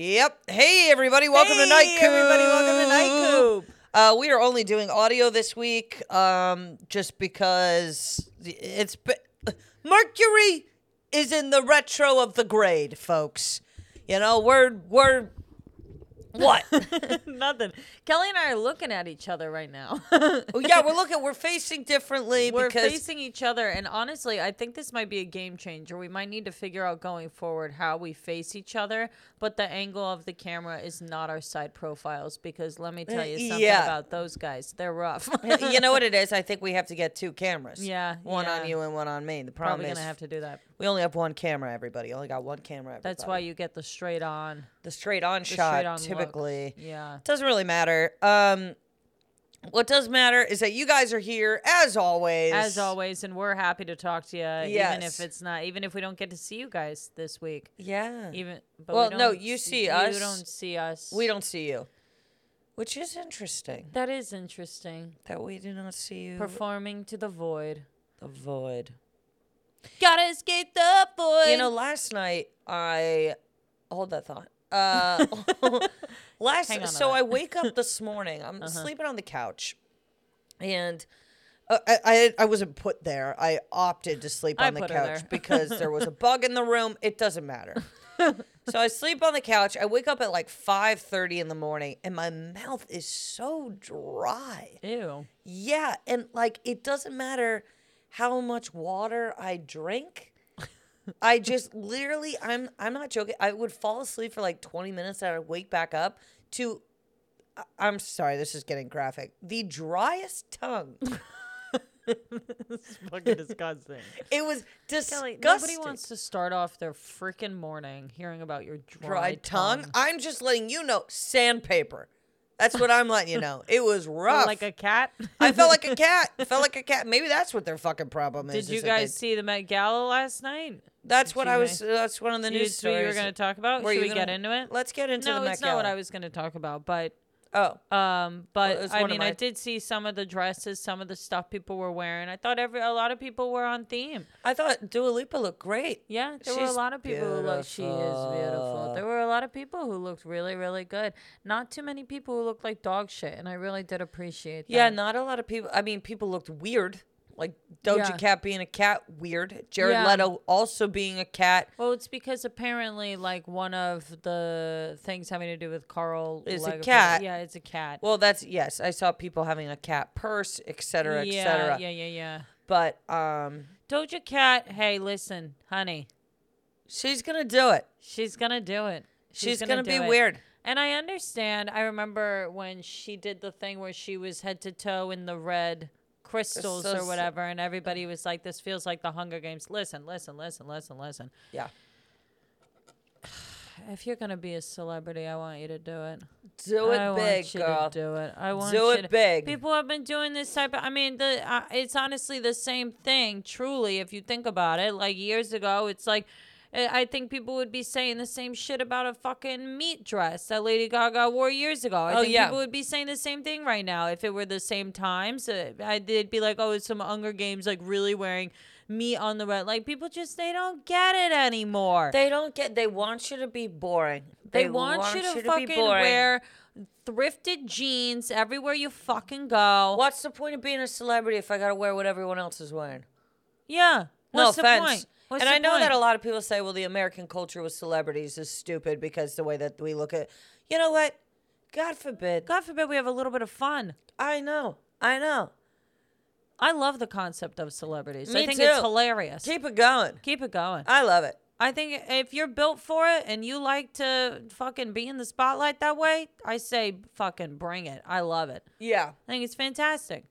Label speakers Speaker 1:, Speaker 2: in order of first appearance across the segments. Speaker 1: Yep. Hey, everybody. Welcome to Night Coop.
Speaker 2: Hey, everybody. Welcome to Night Coop.
Speaker 1: Uh, we are only doing audio this week um, just because it's. b Mercury is in the retro of the grade, folks. You know, we're. we're what?
Speaker 2: Nothing. Kelly and I are looking at each other right now.
Speaker 1: Well, Oh, yeah, we're looking. We're facing differently
Speaker 2: We're
Speaker 1: because
Speaker 2: facing each other, and honestly, I think this might be a game changer. We might need to figure out going forward how we face each other, but the angle of the camera is not our side profiles because let me tell you something
Speaker 1: Uh, yeah.
Speaker 2: about those guys. They're rough.
Speaker 1: you know what it is. I think we have to get two cameras.
Speaker 2: Yeah,
Speaker 1: one
Speaker 2: yeah.
Speaker 1: on you and one on me. The problem
Speaker 2: Probably
Speaker 1: is
Speaker 2: gonna have to do that.
Speaker 1: we only have one camera. Everybody only got one camera. Everybody.
Speaker 2: That's why you get the straight on.
Speaker 1: the straight on
Speaker 2: The
Speaker 1: shot
Speaker 2: straight on look.
Speaker 1: typically
Speaker 2: Yeah.
Speaker 1: doesn't really matter. Um, what does matter is that you guys are here as always.
Speaker 2: As always, and we're happy to talk to you, even
Speaker 1: Yes.
Speaker 2: if it's not, even if we don't get to see you guys this week.
Speaker 1: Yeah.
Speaker 2: Even but
Speaker 1: Well,
Speaker 2: we
Speaker 1: no,
Speaker 2: don't
Speaker 1: you
Speaker 2: see-
Speaker 1: see us.
Speaker 2: You don't see us.
Speaker 1: we don't see you, which is interesting
Speaker 2: That is interesting.
Speaker 1: that we do not see you.
Speaker 2: Performing to the void.
Speaker 1: the void.
Speaker 2: Gotta escape the void.
Speaker 1: You know, last night I hold that thought. Uh, last
Speaker 2: Hang on Uh-huh. to
Speaker 1: so
Speaker 2: that.
Speaker 1: I wake up this morning. I'm sleeping on the couch, and uh, I, I I wasn't put there. I opted to sleep
Speaker 2: I
Speaker 1: on the
Speaker 2: put her
Speaker 1: couch
Speaker 2: there.
Speaker 1: because there was a bug in the room. It doesn't matter. so I sleep on the couch. I wake up at like five thirty in the morning, and my mouth is so dry.
Speaker 2: Ew.
Speaker 1: Yeah, and like it doesn't matter how much water I drink. I just literally I'm I'm not joking. I would fall asleep for like 20 minutes and I'd wake back up to I- I'm sorry, this is getting graphic. The driest tongue.
Speaker 2: It's fucking disgusting.
Speaker 1: It was disgusting.
Speaker 2: Kelly, nobody wants to start off their freaking morning hearing about your dry,
Speaker 1: dry tongue. I'm just letting you know sandpaper. That's what I'm letting you know. It was rough.
Speaker 2: Like a cat.
Speaker 1: Ah, I felt like a cat. felt like a cat. Maybe that's what their fucking problem is.
Speaker 2: Did
Speaker 1: is
Speaker 2: you
Speaker 1: that they-
Speaker 2: guys see the Met Gala last night?
Speaker 1: That's
Speaker 2: Did
Speaker 1: what
Speaker 2: you
Speaker 1: I
Speaker 2: guys-
Speaker 1: was. That's one of the news
Speaker 2: It's what you were
Speaker 1: stories.
Speaker 2: going to talk about.
Speaker 1: Were
Speaker 2: Should
Speaker 1: you
Speaker 2: we
Speaker 1: gonna-
Speaker 2: get into it?
Speaker 1: Let's get into
Speaker 2: no,
Speaker 1: the Met
Speaker 2: it's not what
Speaker 1: Gala.
Speaker 2: I was going to talk about, but
Speaker 1: Oh,
Speaker 2: Um, but
Speaker 1: it was
Speaker 2: I
Speaker 1: one of
Speaker 2: mean,
Speaker 1: my-
Speaker 2: I did see some of the dresses, some of the stuff people were wearing. I thought every a lot of people were on theme.
Speaker 1: I thought Dua Lipa looked great.
Speaker 2: Yeah, there were a
Speaker 1: She's
Speaker 2: lot of people who looked. She is beautiful. There were a lot of people who looked really, really good. Not too many people who looked like dog shit, and I really did appreciate that.
Speaker 1: Yeah, not a lot of people. I mean, people looked weird. Like Doja
Speaker 2: Yeah.
Speaker 1: Cat being a cat, weird. Jared
Speaker 2: Yeah.
Speaker 1: Leto also being a cat.
Speaker 2: Well, it's because apparently, like one of the things having to do with Carl
Speaker 1: Is a
Speaker 2: Lagerfeld-
Speaker 1: cat.
Speaker 2: Yeah, it's a cat.
Speaker 1: Well, that's yes. I saw people having a cat purse, et cetera, et
Speaker 2: yeah,
Speaker 1: cetera.
Speaker 2: yeah, yeah, yeah.
Speaker 1: But um,
Speaker 2: Doja Cat. Hey, listen, honey,
Speaker 1: she's gonna do it.
Speaker 2: she's gonna do it.
Speaker 1: She's, gonna,
Speaker 2: gonna,
Speaker 1: be
Speaker 2: do it.
Speaker 1: weird.
Speaker 2: And I understand. I remember when she did the thing where she was head to toe in the red crystals
Speaker 1: so
Speaker 2: or
Speaker 1: s-
Speaker 2: whatever, and everybody was like, "This feels like the Hunger Games." Listen, listen, listen, listen, listen.
Speaker 1: Yeah,
Speaker 2: If you're gonna be a celebrity, I want you to do it.
Speaker 1: do it
Speaker 2: I
Speaker 1: big,
Speaker 2: want you
Speaker 1: girl.
Speaker 2: To do it. I want
Speaker 1: Do
Speaker 2: you
Speaker 1: it
Speaker 2: to-
Speaker 1: big.
Speaker 2: People have been doing this type of. I mean, the uh, it's honestly the same thing. Truly, if you think about it, like years ago, it's like. uh, I I think people would be saying the same shit about a fucking meat dress that Lady Gaga wore years ago. I
Speaker 1: Oh,
Speaker 2: think
Speaker 1: yeah.
Speaker 2: people would be saying the same thing right now if it were the same times. Uh, I, they'd be like, "Oh, it's some Hunger Games, like really wearing meat on the red." Like people just they don't get it anymore.
Speaker 1: They don't get. They want you to be boring.
Speaker 2: They, want, you to fucking wear thrifted jeans everywhere you fucking go.
Speaker 1: What's the point of being a celebrity if I gotta wear what everyone else is wearing?
Speaker 2: Yeah. What's
Speaker 1: no
Speaker 2: the
Speaker 1: offense.
Speaker 2: point? What's
Speaker 1: and
Speaker 2: the
Speaker 1: I know that
Speaker 2: point?
Speaker 1: a lot of people say, well, the American culture with celebrities is stupid because the way that we look at, you know what? God forbid.
Speaker 2: God forbid we have a little bit of fun.
Speaker 1: I know. I know.
Speaker 2: I love the concept of celebrities.
Speaker 1: Me
Speaker 2: I think it's
Speaker 1: too.
Speaker 2: hilarious. Keep,
Speaker 1: Keep it going.
Speaker 2: it going.
Speaker 1: I love it.
Speaker 2: I think if you're built for it and you like to fucking be in the spotlight that way, I say fucking bring it. I love it.
Speaker 1: Yeah.
Speaker 2: I think it's fantastic.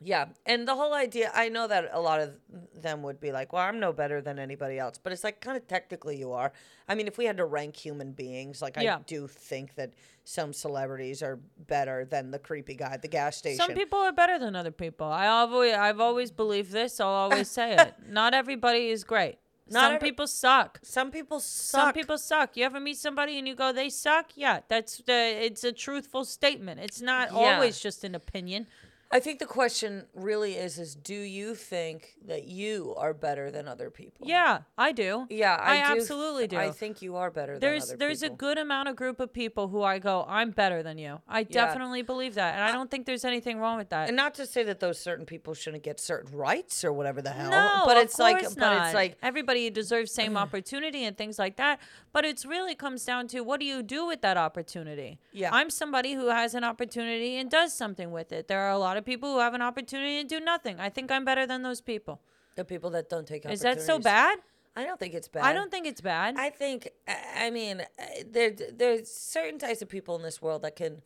Speaker 1: Yeah. And the whole idea, I know that a lot of them would be like, well, I'm no better than anybody else. But it's like, kind of technically, you are. I mean, if we had to rank human beings, like,
Speaker 2: Yeah.
Speaker 1: I do think that some celebrities are better than the creepy guy at the gas station.
Speaker 2: Some people are better than other people. I always, I've always believed this. I'll always say it. Not everybody is great.
Speaker 1: Not
Speaker 2: Some
Speaker 1: every-
Speaker 2: people suck.
Speaker 1: some people
Speaker 2: Some
Speaker 1: suck.
Speaker 2: people suck. You ever meet somebody and you go, they suck? Yeah, that's the. It's a truthful statement. It's not
Speaker 1: Yeah.
Speaker 2: always just an opinion.
Speaker 1: I think the question really is: is do you think that you are better than other people?
Speaker 2: Yeah, I do.
Speaker 1: yeah, I,
Speaker 2: I
Speaker 1: do f-
Speaker 2: absolutely do.
Speaker 1: I think you are better.
Speaker 2: there's
Speaker 1: than other
Speaker 2: there's
Speaker 1: people.
Speaker 2: a good amount of group of people who I go, I'm better than you. I definitely believe that, and I don't think there's anything wrong with that.
Speaker 1: And not to say that those certain people shouldn't get certain rights or whatever the hell.
Speaker 2: No,
Speaker 1: but
Speaker 2: of
Speaker 1: it's like,
Speaker 2: course
Speaker 1: but
Speaker 2: not.
Speaker 1: it's like,
Speaker 2: everybody deserves same
Speaker 1: Mm.
Speaker 2: opportunity and things like that. But it's really comes down to what do you do with that opportunity?
Speaker 1: Yeah.
Speaker 2: I'm somebody who has an opportunity and does something with it. There are a lot of people who have an opportunity and do nothing. I think I'm better than those people.
Speaker 1: the people that don't take
Speaker 2: Is that so
Speaker 1: opportunities.
Speaker 2: bad?
Speaker 1: I don't think it's bad.
Speaker 2: I don't think it's bad.
Speaker 1: I think I I mean uh, there there's certain types of people in this world that can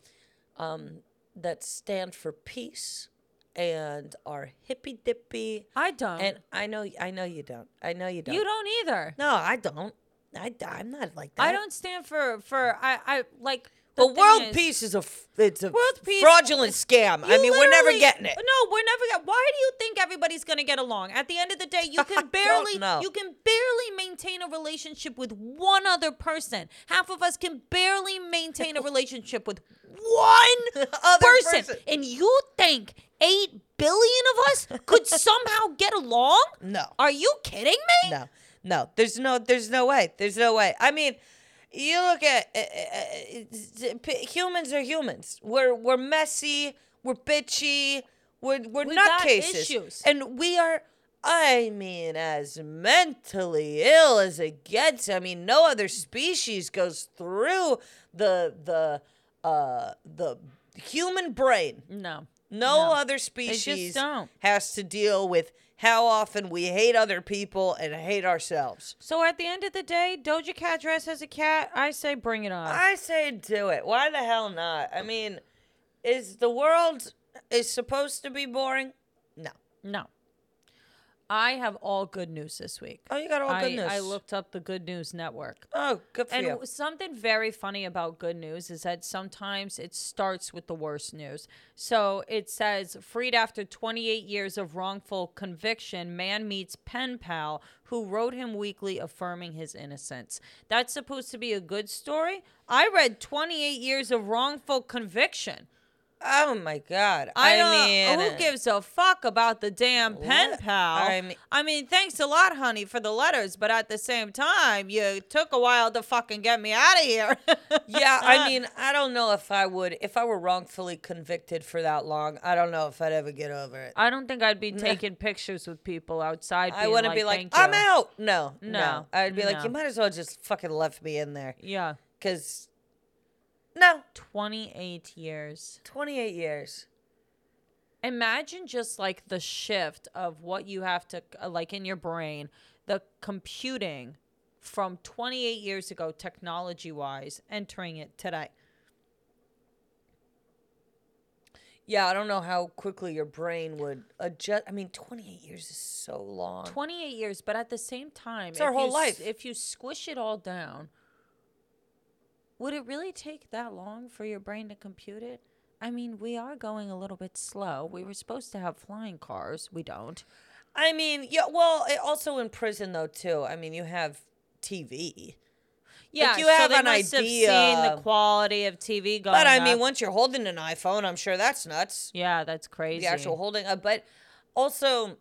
Speaker 1: um that stand for peace and are hippy dippy
Speaker 2: I don't.
Speaker 1: and I know I know you don't. I know you don't.
Speaker 2: you don't either.
Speaker 1: No, I don't. I, I'm not like that.
Speaker 2: I don't stand for for I I like. the
Speaker 1: But
Speaker 2: thing
Speaker 1: world
Speaker 2: is-
Speaker 1: peace is a f- it's a
Speaker 2: World peace-
Speaker 1: fraudulent scam. I
Speaker 2: You
Speaker 1: mean, we're never
Speaker 2: literally-
Speaker 1: getting it.
Speaker 2: No, we're never get. Why do you think everybody's gonna get along? At the end of the day, you
Speaker 1: I
Speaker 2: can
Speaker 1: don't
Speaker 2: barely
Speaker 1: know.
Speaker 2: you can barely maintain a relationship with one other person. Half of us can barely maintain a relationship with one
Speaker 1: Other
Speaker 2: person.
Speaker 1: person.
Speaker 2: and you think eight billion of us could somehow get along?
Speaker 1: No.
Speaker 2: Are you kidding me?
Speaker 1: no, no. There's no, there's no way. There's no way. I mean, you look at uh, uh, uh, uh, p- humans are humans. We're we're messy. We're bitchy. We're we're
Speaker 2: We got
Speaker 1: nutcases.
Speaker 2: issues.
Speaker 1: And we are. I mean, as mentally ill as it gets. I mean, no other species goes through the the uh the human brain.
Speaker 2: No.
Speaker 1: No,
Speaker 2: No.
Speaker 1: other species
Speaker 2: don't.
Speaker 1: has to deal with how often we hate other people and hate ourselves.
Speaker 2: So at the end of the day, Doja Cat dress as a cat. I say bring it on.
Speaker 1: I say do it. Why the hell not? I mean, is the world is supposed to be boring? No.
Speaker 2: No. I have all good news this week.
Speaker 1: Oh, you got all
Speaker 2: I,
Speaker 1: goodness.
Speaker 2: I looked up the Good News Network.
Speaker 1: Oh, good for
Speaker 2: And
Speaker 1: you.
Speaker 2: w- something very funny about good news is that sometimes it starts with the worst news. So it says, freed after 28 years of wrongful conviction, man meets pen pal who wrote him weekly affirming his innocence. That's supposed to be a good story. I read 28 years of wrongful conviction.
Speaker 1: Oh my god.
Speaker 2: I,
Speaker 1: I, mean,
Speaker 2: mean, who gives a fuck about the damn pen
Speaker 1: What?
Speaker 2: pal? I
Speaker 1: I
Speaker 2: mean,
Speaker 1: mean-
Speaker 2: thanks a lot, honey, for the letters, but at the same time, you took a while to fucking get me out of here.
Speaker 1: yeah, I mean, I don't know if I would if I were wrongfully convicted for that long. I don't know if I'd ever get over it.
Speaker 2: I don't think I'd be taking pictures with people outside.
Speaker 1: I
Speaker 2: being
Speaker 1: wouldn't be like,
Speaker 2: "Thank
Speaker 1: I'm
Speaker 2: you."
Speaker 1: out. No, no.
Speaker 2: No,
Speaker 1: I'd be
Speaker 2: no.
Speaker 1: like, you might as well just fucking left me in there.
Speaker 2: Yeah,
Speaker 1: Because, no,
Speaker 2: twenty-eight years.
Speaker 1: 28 years.
Speaker 2: imagine just like the shift of what you have to uh, like in your brain the computing from 28 years ago technology wise entering it today
Speaker 1: Yeah, I don't know how quickly your brain would adjust. I mean, 28 years is so long.
Speaker 2: 28 years but at the same time
Speaker 1: It's our
Speaker 2: if
Speaker 1: whole
Speaker 2: you, s-
Speaker 1: life.
Speaker 2: if you squish it all down would it really take that long for your brain to compute it I mean, we are going a little bit slow. We were supposed to have flying cars. We don't.
Speaker 1: I mean, yeah, well, it, also in prison, though, too. I mean, you have TV.
Speaker 2: Yeah,
Speaker 1: you
Speaker 2: so
Speaker 1: have
Speaker 2: they
Speaker 1: an
Speaker 2: must have seen
Speaker 1: idea-
Speaker 2: the quality of TV going.
Speaker 1: But I mean,
Speaker 2: up.
Speaker 1: once you're holding an iPhone, I'm sure that's nuts.
Speaker 2: yeah, that's crazy.
Speaker 1: the actual holding uh, but also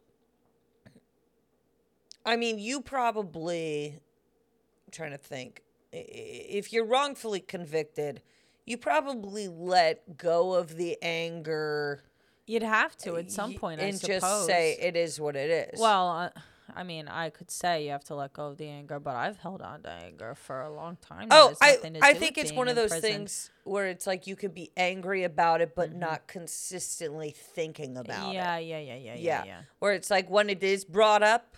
Speaker 1: i mean you probably I'm trying to think I- i- if you're wrongfully convicted you probably let go of the anger
Speaker 2: You'd have to at some
Speaker 1: y-
Speaker 2: point, I
Speaker 1: and
Speaker 2: suppose.
Speaker 1: just say it is what it is
Speaker 2: well, uh, I mean, I could say you have to let go of the anger, but I've held on to anger for a long time. that
Speaker 1: oh
Speaker 2: has
Speaker 1: i
Speaker 2: nothing to
Speaker 1: i
Speaker 2: do
Speaker 1: think
Speaker 2: with
Speaker 1: it's
Speaker 2: being
Speaker 1: one of
Speaker 2: in
Speaker 1: those
Speaker 2: prison. Mm-hmm.
Speaker 1: things where it's like you could be angry about it but not consistently thinking about it
Speaker 2: Yeah, yeah, yeah, yeah, yeah,
Speaker 1: yeah.
Speaker 2: yeah.
Speaker 1: Where it's like when it is brought up,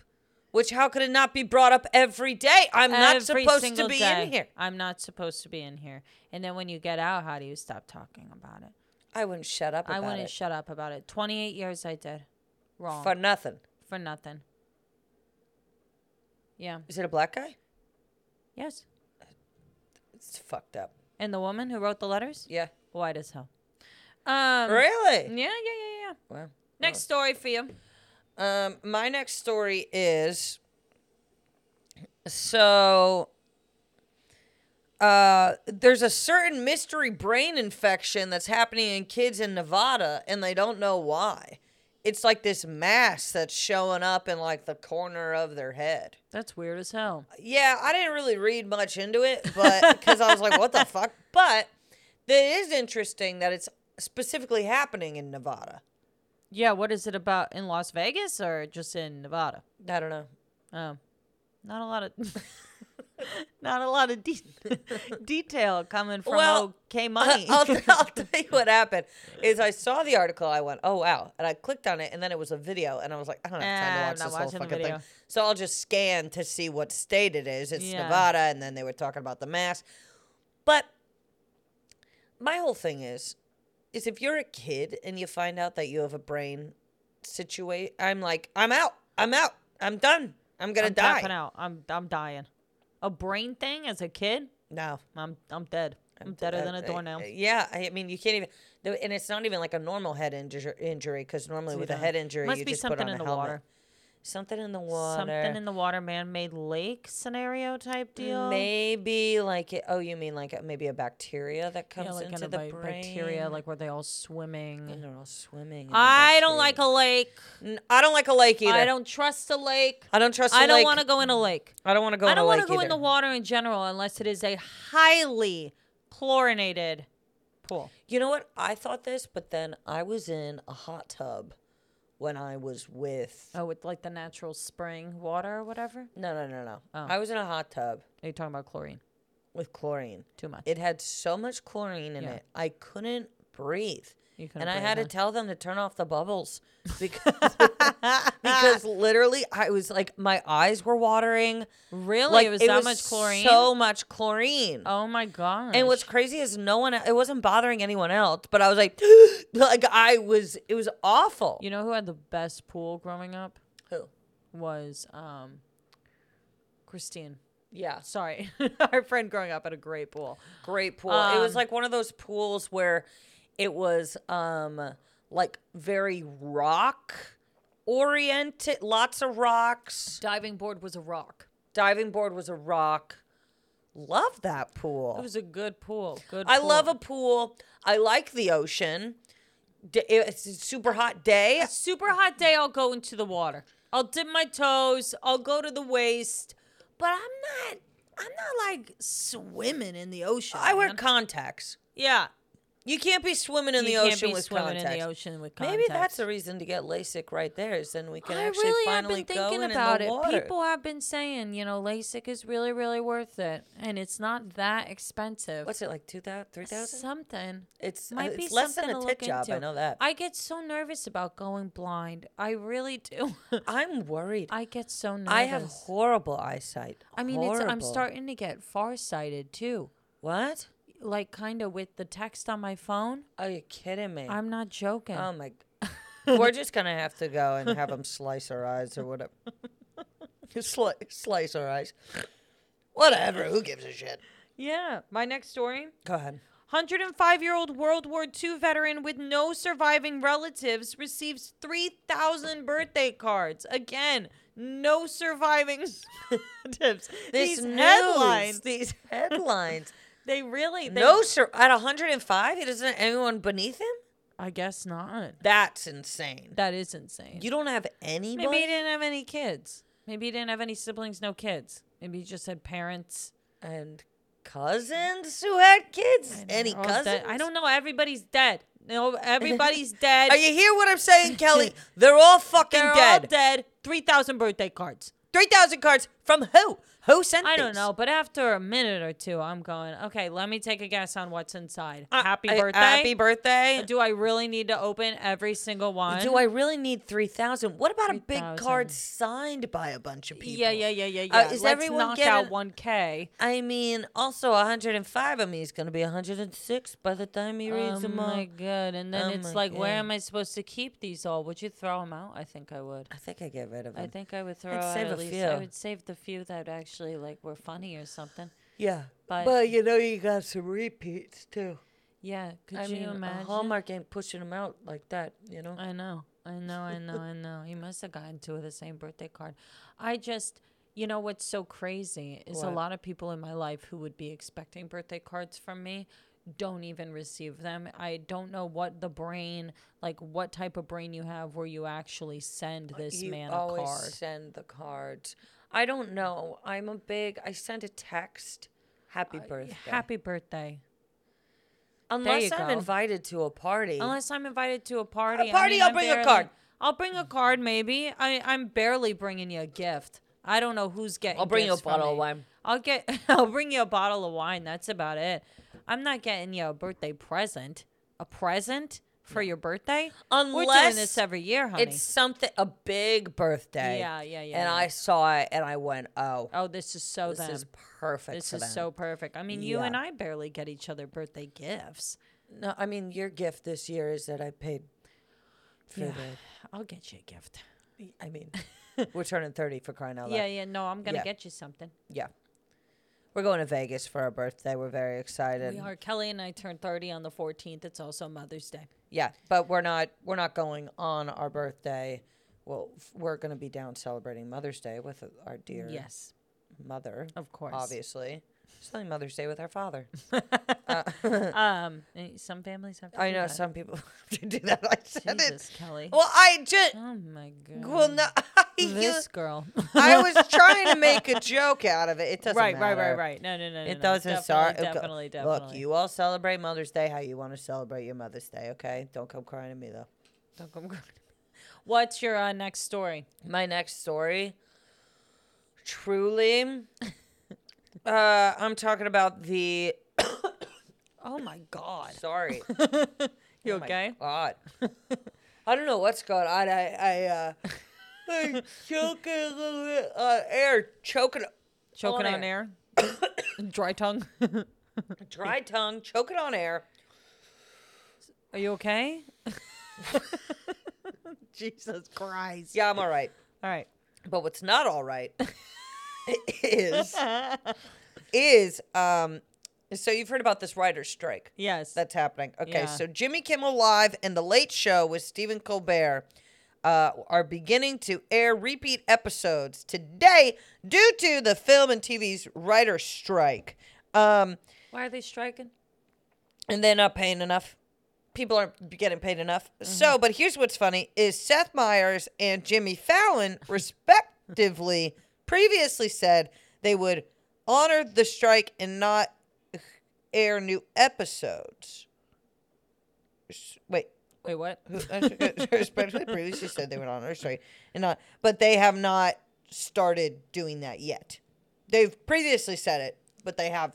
Speaker 1: which how could it not be brought up every day? I'm not
Speaker 2: Every
Speaker 1: supposed to
Speaker 2: single
Speaker 1: be
Speaker 2: day,
Speaker 1: in here.
Speaker 2: I'm not supposed to be in here. And then when you get out, how do you stop talking about it?
Speaker 1: I wouldn't shut up
Speaker 2: I
Speaker 1: about
Speaker 2: wouldn't
Speaker 1: it
Speaker 2: shut up about it. 28 years I did. Wrong.
Speaker 1: for nothing.
Speaker 2: for nothing. Yeah.
Speaker 1: Is it a black guy?
Speaker 2: Yes.
Speaker 1: It's fucked up.
Speaker 2: And the woman who wrote the letters?
Speaker 1: Yeah.
Speaker 2: White as hell. Um,
Speaker 1: Really?
Speaker 2: Yeah, yeah, yeah, yeah.
Speaker 1: Well,
Speaker 2: Next story for you.
Speaker 1: um, my next story is so. uh, there's a certain mystery brain infection that's happening in kids in Nevada, and they don't know why. It's like this mass that's showing up in like the corner of their head.
Speaker 2: That's weird as hell.
Speaker 1: Yeah, I didn't really read much into it, but because I was like, what the fuck? But it is interesting that it's specifically happening in Nevada.
Speaker 2: Yeah, what is it about in Las Vegas or just in Nevada?
Speaker 1: I don't know.
Speaker 2: Um, not a lot of, not a lot of de- detail coming from
Speaker 1: Well,
Speaker 2: OK Money.
Speaker 1: I'll, I'll tell you what happened is I saw the article. I went, oh wow, and I clicked on it, and then it was a video, and I was like, I don't have time
Speaker 2: Ah,
Speaker 1: to
Speaker 2: I'm
Speaker 1: watch this
Speaker 2: not
Speaker 1: whole
Speaker 2: watching the
Speaker 1: fucking thing.
Speaker 2: video.
Speaker 1: So I'll just scan to see what state it is. It's
Speaker 2: Yeah.
Speaker 1: Nevada, and then they were talking about the mass. But my whole thing is, is if you're a kid and you find out that you have a brain situation, I'm like, I'm out. I'm out. I'm done. I'm gonna
Speaker 2: I'm
Speaker 1: die.
Speaker 2: tapping out. I'm I'm dying. A brain thing as a kid.
Speaker 1: No.
Speaker 2: I'm I'm dead. I'm, deader than a
Speaker 1: Uh, uh,
Speaker 2: doornail.
Speaker 1: Yeah, I I mean you can't even, th- and it's not even like a normal head injury injury because normally
Speaker 2: So you
Speaker 1: with a
Speaker 2: don't-
Speaker 1: head injury
Speaker 2: must
Speaker 1: you
Speaker 2: be
Speaker 1: just put
Speaker 2: something
Speaker 1: on
Speaker 2: in
Speaker 1: a
Speaker 2: the
Speaker 1: helmet.
Speaker 2: water.
Speaker 1: Something in the water.
Speaker 2: Something in the water, man-made lake scenario type deal.
Speaker 1: Maybe like it, oh, you mean like a- maybe a bacteria that comes
Speaker 2: yeah, like
Speaker 1: into
Speaker 2: into
Speaker 1: the
Speaker 2: bi-
Speaker 1: brain? Mm-hmm.
Speaker 2: bacteria, like where they all swimming.
Speaker 1: and they're all swimming.
Speaker 2: I don't like a lake.
Speaker 1: I I don't like a lake either.
Speaker 2: I don't trust a lake.
Speaker 1: I don't trust. I
Speaker 2: I don't want to go in a lake.
Speaker 1: I don't want to go.
Speaker 2: I
Speaker 1: in a
Speaker 2: don't want to
Speaker 1: lake
Speaker 2: go in
Speaker 1: either.
Speaker 2: the water in general unless it is a highly chlorinated pool.
Speaker 1: You know what? I thought this, but then I was in a hot tub when I was with.
Speaker 2: Oh, with like the natural spring water or whatever.
Speaker 1: No, no, no, no.
Speaker 2: Oh.
Speaker 1: I was in a hot tub
Speaker 2: Are you talking about chlorine?
Speaker 1: with chlorine.
Speaker 2: Too much.
Speaker 1: It had so much chlorine in
Speaker 2: Yeah.
Speaker 1: it, I couldn't breathe.
Speaker 2: You couldn't
Speaker 1: And I
Speaker 2: breathe,
Speaker 1: had to
Speaker 2: huh?
Speaker 1: tell them to turn off the bubbles because, because literally I was like my eyes were watering.
Speaker 2: really?
Speaker 1: Like
Speaker 2: it was that much chlorine.
Speaker 1: So much chlorine.
Speaker 2: oh my god.
Speaker 1: And what's crazy is no one it wasn't bothering anyone else, but I was like like I was it was awful.
Speaker 2: you know who had the best pool growing up
Speaker 1: Who?
Speaker 2: was um Christine.
Speaker 1: Yeah.
Speaker 2: Sorry, our friend growing up had a great pool.
Speaker 1: great pool. it was
Speaker 2: Um,
Speaker 1: like one of those pools where it was um like very rock oriented, lots of rocks.
Speaker 2: Diving board was a rock.
Speaker 1: Diving board was a rock. Love that
Speaker 2: It
Speaker 1: pool.
Speaker 2: was a good pool. Good.
Speaker 1: I love
Speaker 2: pool.
Speaker 1: a pool. I like the ocean. D- It's a super hot day.
Speaker 2: a super hot day. I'll go into the water. I'll dip my toes. I'll go to the waist, but I'm not. I'm not like swimming in the ocean.
Speaker 1: I wear
Speaker 2: man.
Speaker 1: contacts.
Speaker 2: yeah.
Speaker 1: You can't be swimming in
Speaker 2: You
Speaker 1: the
Speaker 2: can't
Speaker 1: ocean
Speaker 2: be
Speaker 1: with
Speaker 2: swimming
Speaker 1: contacts.
Speaker 2: in the ocean with contacts.
Speaker 1: Maybe that's a reason to get LASIK right there. Is then we can
Speaker 2: I
Speaker 1: actually
Speaker 2: really have
Speaker 1: finally
Speaker 2: been thinking
Speaker 1: go in
Speaker 2: about
Speaker 1: in
Speaker 2: it.
Speaker 1: the water.
Speaker 2: People have been saying, you know, LASIK is really, really worth it, and it's not that expensive.
Speaker 1: What's it like? Two thousand, three thousand?
Speaker 2: something?
Speaker 1: It's
Speaker 2: Might
Speaker 1: it's
Speaker 2: be
Speaker 1: less
Speaker 2: something
Speaker 1: than a
Speaker 2: to
Speaker 1: tit
Speaker 2: look
Speaker 1: job. I
Speaker 2: into.
Speaker 1: know that.
Speaker 2: I get so nervous about going blind. I really do.
Speaker 1: I, am worried. I,
Speaker 2: I get so nervous.
Speaker 1: have horrible eyesight.
Speaker 2: I mean, it's, I'm
Speaker 1: Horrible.
Speaker 2: starting to get farsighted too.
Speaker 1: What?
Speaker 2: Like, kind of with the text on my phone.
Speaker 1: Are you kidding me?
Speaker 2: I'm not joking.
Speaker 1: oh my! We're just gonna have to go and have them slice our eyes or whatever. Sli- slice our eyes. Whatever. Who gives a shit?
Speaker 2: yeah. My next story
Speaker 1: Go ahead.
Speaker 2: 105 year old World War II veteran with no surviving relatives receives 3,000 birthday cards. Again, no surviving relatives.
Speaker 1: This
Speaker 2: These
Speaker 1: news,
Speaker 2: headlines,
Speaker 1: These headlines.
Speaker 2: they really. They,
Speaker 1: no, sir. At 105, he doesn't have anyone beneath him.
Speaker 2: I guess not.
Speaker 1: That's insane.
Speaker 2: That is insane.
Speaker 1: You don't have anybody.
Speaker 2: Maybe he didn't have any kids. Maybe he didn't have any siblings, no kids. Maybe he just had parents.
Speaker 1: and cousins who had kids.
Speaker 2: and they're
Speaker 1: Any
Speaker 2: all dead.
Speaker 1: cousins?
Speaker 2: I don't know. Everybody's dead. No, everybody's dead.
Speaker 1: Are you hear what I'm saying, Kelly? They're all fucking
Speaker 2: They're
Speaker 1: dead.
Speaker 2: all dead. Three thousand birthday cards.
Speaker 1: Three thousand cards from who? Who sent?
Speaker 2: I don't
Speaker 1: these?
Speaker 2: know, but after a minute or two, I'm going. Okay, let me take a guess on what's inside.
Speaker 1: Uh,
Speaker 2: happy
Speaker 1: uh,
Speaker 2: birthday.
Speaker 1: Happy birthday.
Speaker 2: Do I really need to open every single one?
Speaker 1: Do I really need three thousand? What about a big
Speaker 2: 3,000.
Speaker 1: card signed by a bunch of people?
Speaker 2: Yeah, yeah, yeah, yeah, yeah.
Speaker 1: Uh, is
Speaker 2: Let's
Speaker 1: everyone
Speaker 2: knock
Speaker 1: getting-
Speaker 2: out one K.
Speaker 1: I mean, also 105 of me is going to be 106 by the time he reads
Speaker 2: oh
Speaker 1: them all.
Speaker 2: my god! And then
Speaker 1: Oh my
Speaker 2: it's like, where
Speaker 1: God.
Speaker 2: am I supposed to keep these all? Would you throw them out? I think I would.
Speaker 1: I think I get rid of them.
Speaker 2: I think I would throw
Speaker 1: I'd
Speaker 2: out
Speaker 1: save
Speaker 2: at
Speaker 1: a
Speaker 2: least.
Speaker 1: few.
Speaker 2: I would save the few that actually like were funny or something.
Speaker 1: yeah.
Speaker 2: But-
Speaker 1: but you know, you got some repeats too.
Speaker 2: Yeah, could
Speaker 1: I
Speaker 2: you
Speaker 1: mean,
Speaker 2: imagine?
Speaker 1: Hallmark ain't pushing them out like that, you know?
Speaker 2: I know, I know, I know, I know. He must have gotten two of the same birthday card. I just, You know what's so crazy is a
Speaker 1: What?
Speaker 2: lot of people in my life who would be expecting birthday cards from me don't even receive them. I don't know what the brain, like what type of brain you have where you actually send this
Speaker 1: you
Speaker 2: man a
Speaker 1: always
Speaker 2: card.
Speaker 1: send the cards. I don't know. I'm a big. I sent a text. Happy birthday.
Speaker 2: Uh, Happy birthday.
Speaker 1: Unless
Speaker 2: you
Speaker 1: I'm
Speaker 2: go.
Speaker 1: invited to a party.
Speaker 2: Unless I'm invited to a party. I
Speaker 1: party,
Speaker 2: mean,
Speaker 1: I'll
Speaker 2: I'm
Speaker 1: bring a
Speaker 2: barely-
Speaker 1: card.
Speaker 2: I'll bring a card, maybe. I, I'm barely bringing you a gift. I don't know who's getting.
Speaker 1: I'll bring you a
Speaker 2: gifts from
Speaker 1: bottle
Speaker 2: me.
Speaker 1: of wine.
Speaker 2: I'll get. I'll bring you a bottle of wine. That's about it. I'm not getting you a birthday present. A present for your birthday. We're doing
Speaker 1: Unless
Speaker 2: this every year, honey.
Speaker 1: It's something a big birthday.
Speaker 2: Yeah, yeah, yeah,
Speaker 1: And
Speaker 2: yeah.
Speaker 1: I saw it and I went, oh,
Speaker 2: oh, this is so
Speaker 1: this
Speaker 2: them.
Speaker 1: is perfect.
Speaker 2: this
Speaker 1: for
Speaker 2: is
Speaker 1: them.
Speaker 2: so perfect. I mean, you
Speaker 1: Yeah.
Speaker 2: and I barely get each other birthday gifts.
Speaker 1: No, I mean your gift this year is that I paid for
Speaker 2: Yeah. I'll get you a gift.
Speaker 1: the. I mean, we're turning thirty for crying out loud.
Speaker 2: Yeah, yeah. No, I'm gonna
Speaker 1: Yeah.
Speaker 2: get you something.
Speaker 1: Yeah. We're going to Vegas for our birthday. We're very excited.
Speaker 2: We are. Kelly and I turned 30 on the 14th. It's also Mother's Day.
Speaker 1: Yeah, but we're not we're not going on our birthday. Well, f- we're going to be down celebrating Mother's Day with our dear
Speaker 2: Yes,
Speaker 1: mother,
Speaker 2: of course.
Speaker 1: obviously. Celebrating Mother's Day with our father. Uh,
Speaker 2: Um, eh, some families have. To
Speaker 1: I
Speaker 2: do
Speaker 1: know
Speaker 2: that.
Speaker 1: some people have to do that. I said
Speaker 2: Jesus,
Speaker 1: it.
Speaker 2: Kelly.
Speaker 1: Well, I just
Speaker 2: Oh my god.
Speaker 1: well no.
Speaker 2: this girl.
Speaker 1: I was trying to make a joke out of it. It doesn't
Speaker 2: right, right,
Speaker 1: matter.
Speaker 2: right, right. No, no, no.
Speaker 1: It
Speaker 2: no, no.
Speaker 1: doesn't
Speaker 2: Definitely,
Speaker 1: start.
Speaker 2: Definitely, definitely.
Speaker 1: Look, you all celebrate Mother's Day how you want to celebrate your Mother's Day, okay? Don't come crying to me though.
Speaker 2: Don't come crying. What's your uh, next story?
Speaker 1: my next story truly uh i'm talking about the
Speaker 2: Oh my god.
Speaker 1: sorry
Speaker 2: You
Speaker 1: Oh my
Speaker 2: okay?
Speaker 1: god i don't know what's going on i i uh I'm choking a little bit uh, air choking
Speaker 2: Choking
Speaker 1: on
Speaker 2: on air. Dry tongue.
Speaker 1: dry tongue choking on air
Speaker 2: Are you okay? Jesus Christ.
Speaker 1: yeah i'm all right
Speaker 2: All right.
Speaker 1: but what's not all right is is um so you've heard about this writer's strike
Speaker 2: Yes.
Speaker 1: that's happening. Okay,
Speaker 2: Yeah.
Speaker 1: so Jimmy Kimmel Live and The Late Show with Stephen Colbert uh, are beginning to air repeat episodes today due to the film and TV's writer strike. Um,
Speaker 2: Why are they striking?
Speaker 1: and they're not paying enough. People aren't getting paid enough. So, but here's what's funny is Seth Meyers and Jimmy Fallon respectively previously said they would honor the strike and not air new episodes. S- Wait,
Speaker 2: Wait, what?
Speaker 1: especially previously said they would honor strike and not, but they have not started doing that yet. They've previously said it, but they have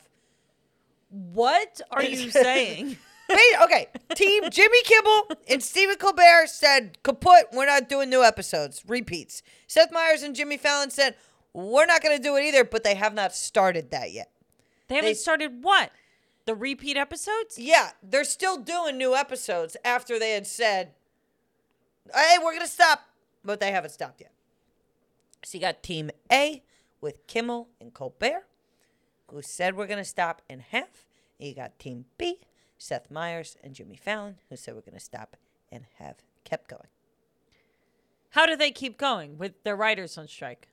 Speaker 2: What are you saying?
Speaker 1: Wait, okay, team Jimmy Kimmel and Stephen Colbert said, "Kaput, we're not doing new episodes, repeats." Seth Meyers and Jimmy Fallon said, "We're not going to do it either," but they have not started that yet.
Speaker 2: They haven't started what? The repeat episodes?
Speaker 1: Yeah, they're still doing new episodes after they had said, "Hey, we're going to stop," but they haven't stopped yet. So you got Team A with Kimmel and Colbert, who said we're going to stop in half. And you got Team B, Seth Meyers and Jimmy Fallon, who said we're going to stop and have kept going.
Speaker 2: How do they keep going with their writers on strike?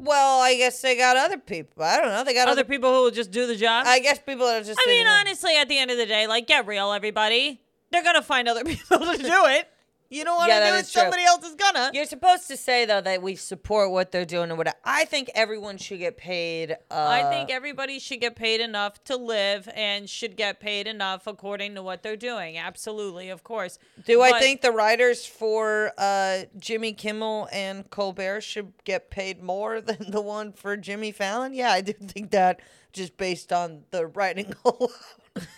Speaker 1: Well, I guess they got other people. I don't know. They got other.
Speaker 2: Other people who will just do the job? I,
Speaker 1: I guess people that are just.
Speaker 2: mean,
Speaker 1: sitting there.
Speaker 2: honestly, at the end of the day, like, get real, everybody. They're going to find other people to do it. You don't want
Speaker 1: Yeah,
Speaker 2: to do
Speaker 1: that
Speaker 2: it,
Speaker 1: is true.
Speaker 2: somebody else is going to.
Speaker 1: You're supposed to say though that we support what they're doing or whatever. I think everyone should get paid. Uh,
Speaker 2: I think everybody should get paid enough to live and should get paid enough according to what they're doing. Absolutely, of course.
Speaker 1: Do I
Speaker 2: But-
Speaker 1: think the writers for uh, Jimmy Kimmel and Colbert should get paid more than the one for Jimmy Fallon? Yeah, I do think that just based on the writing alone.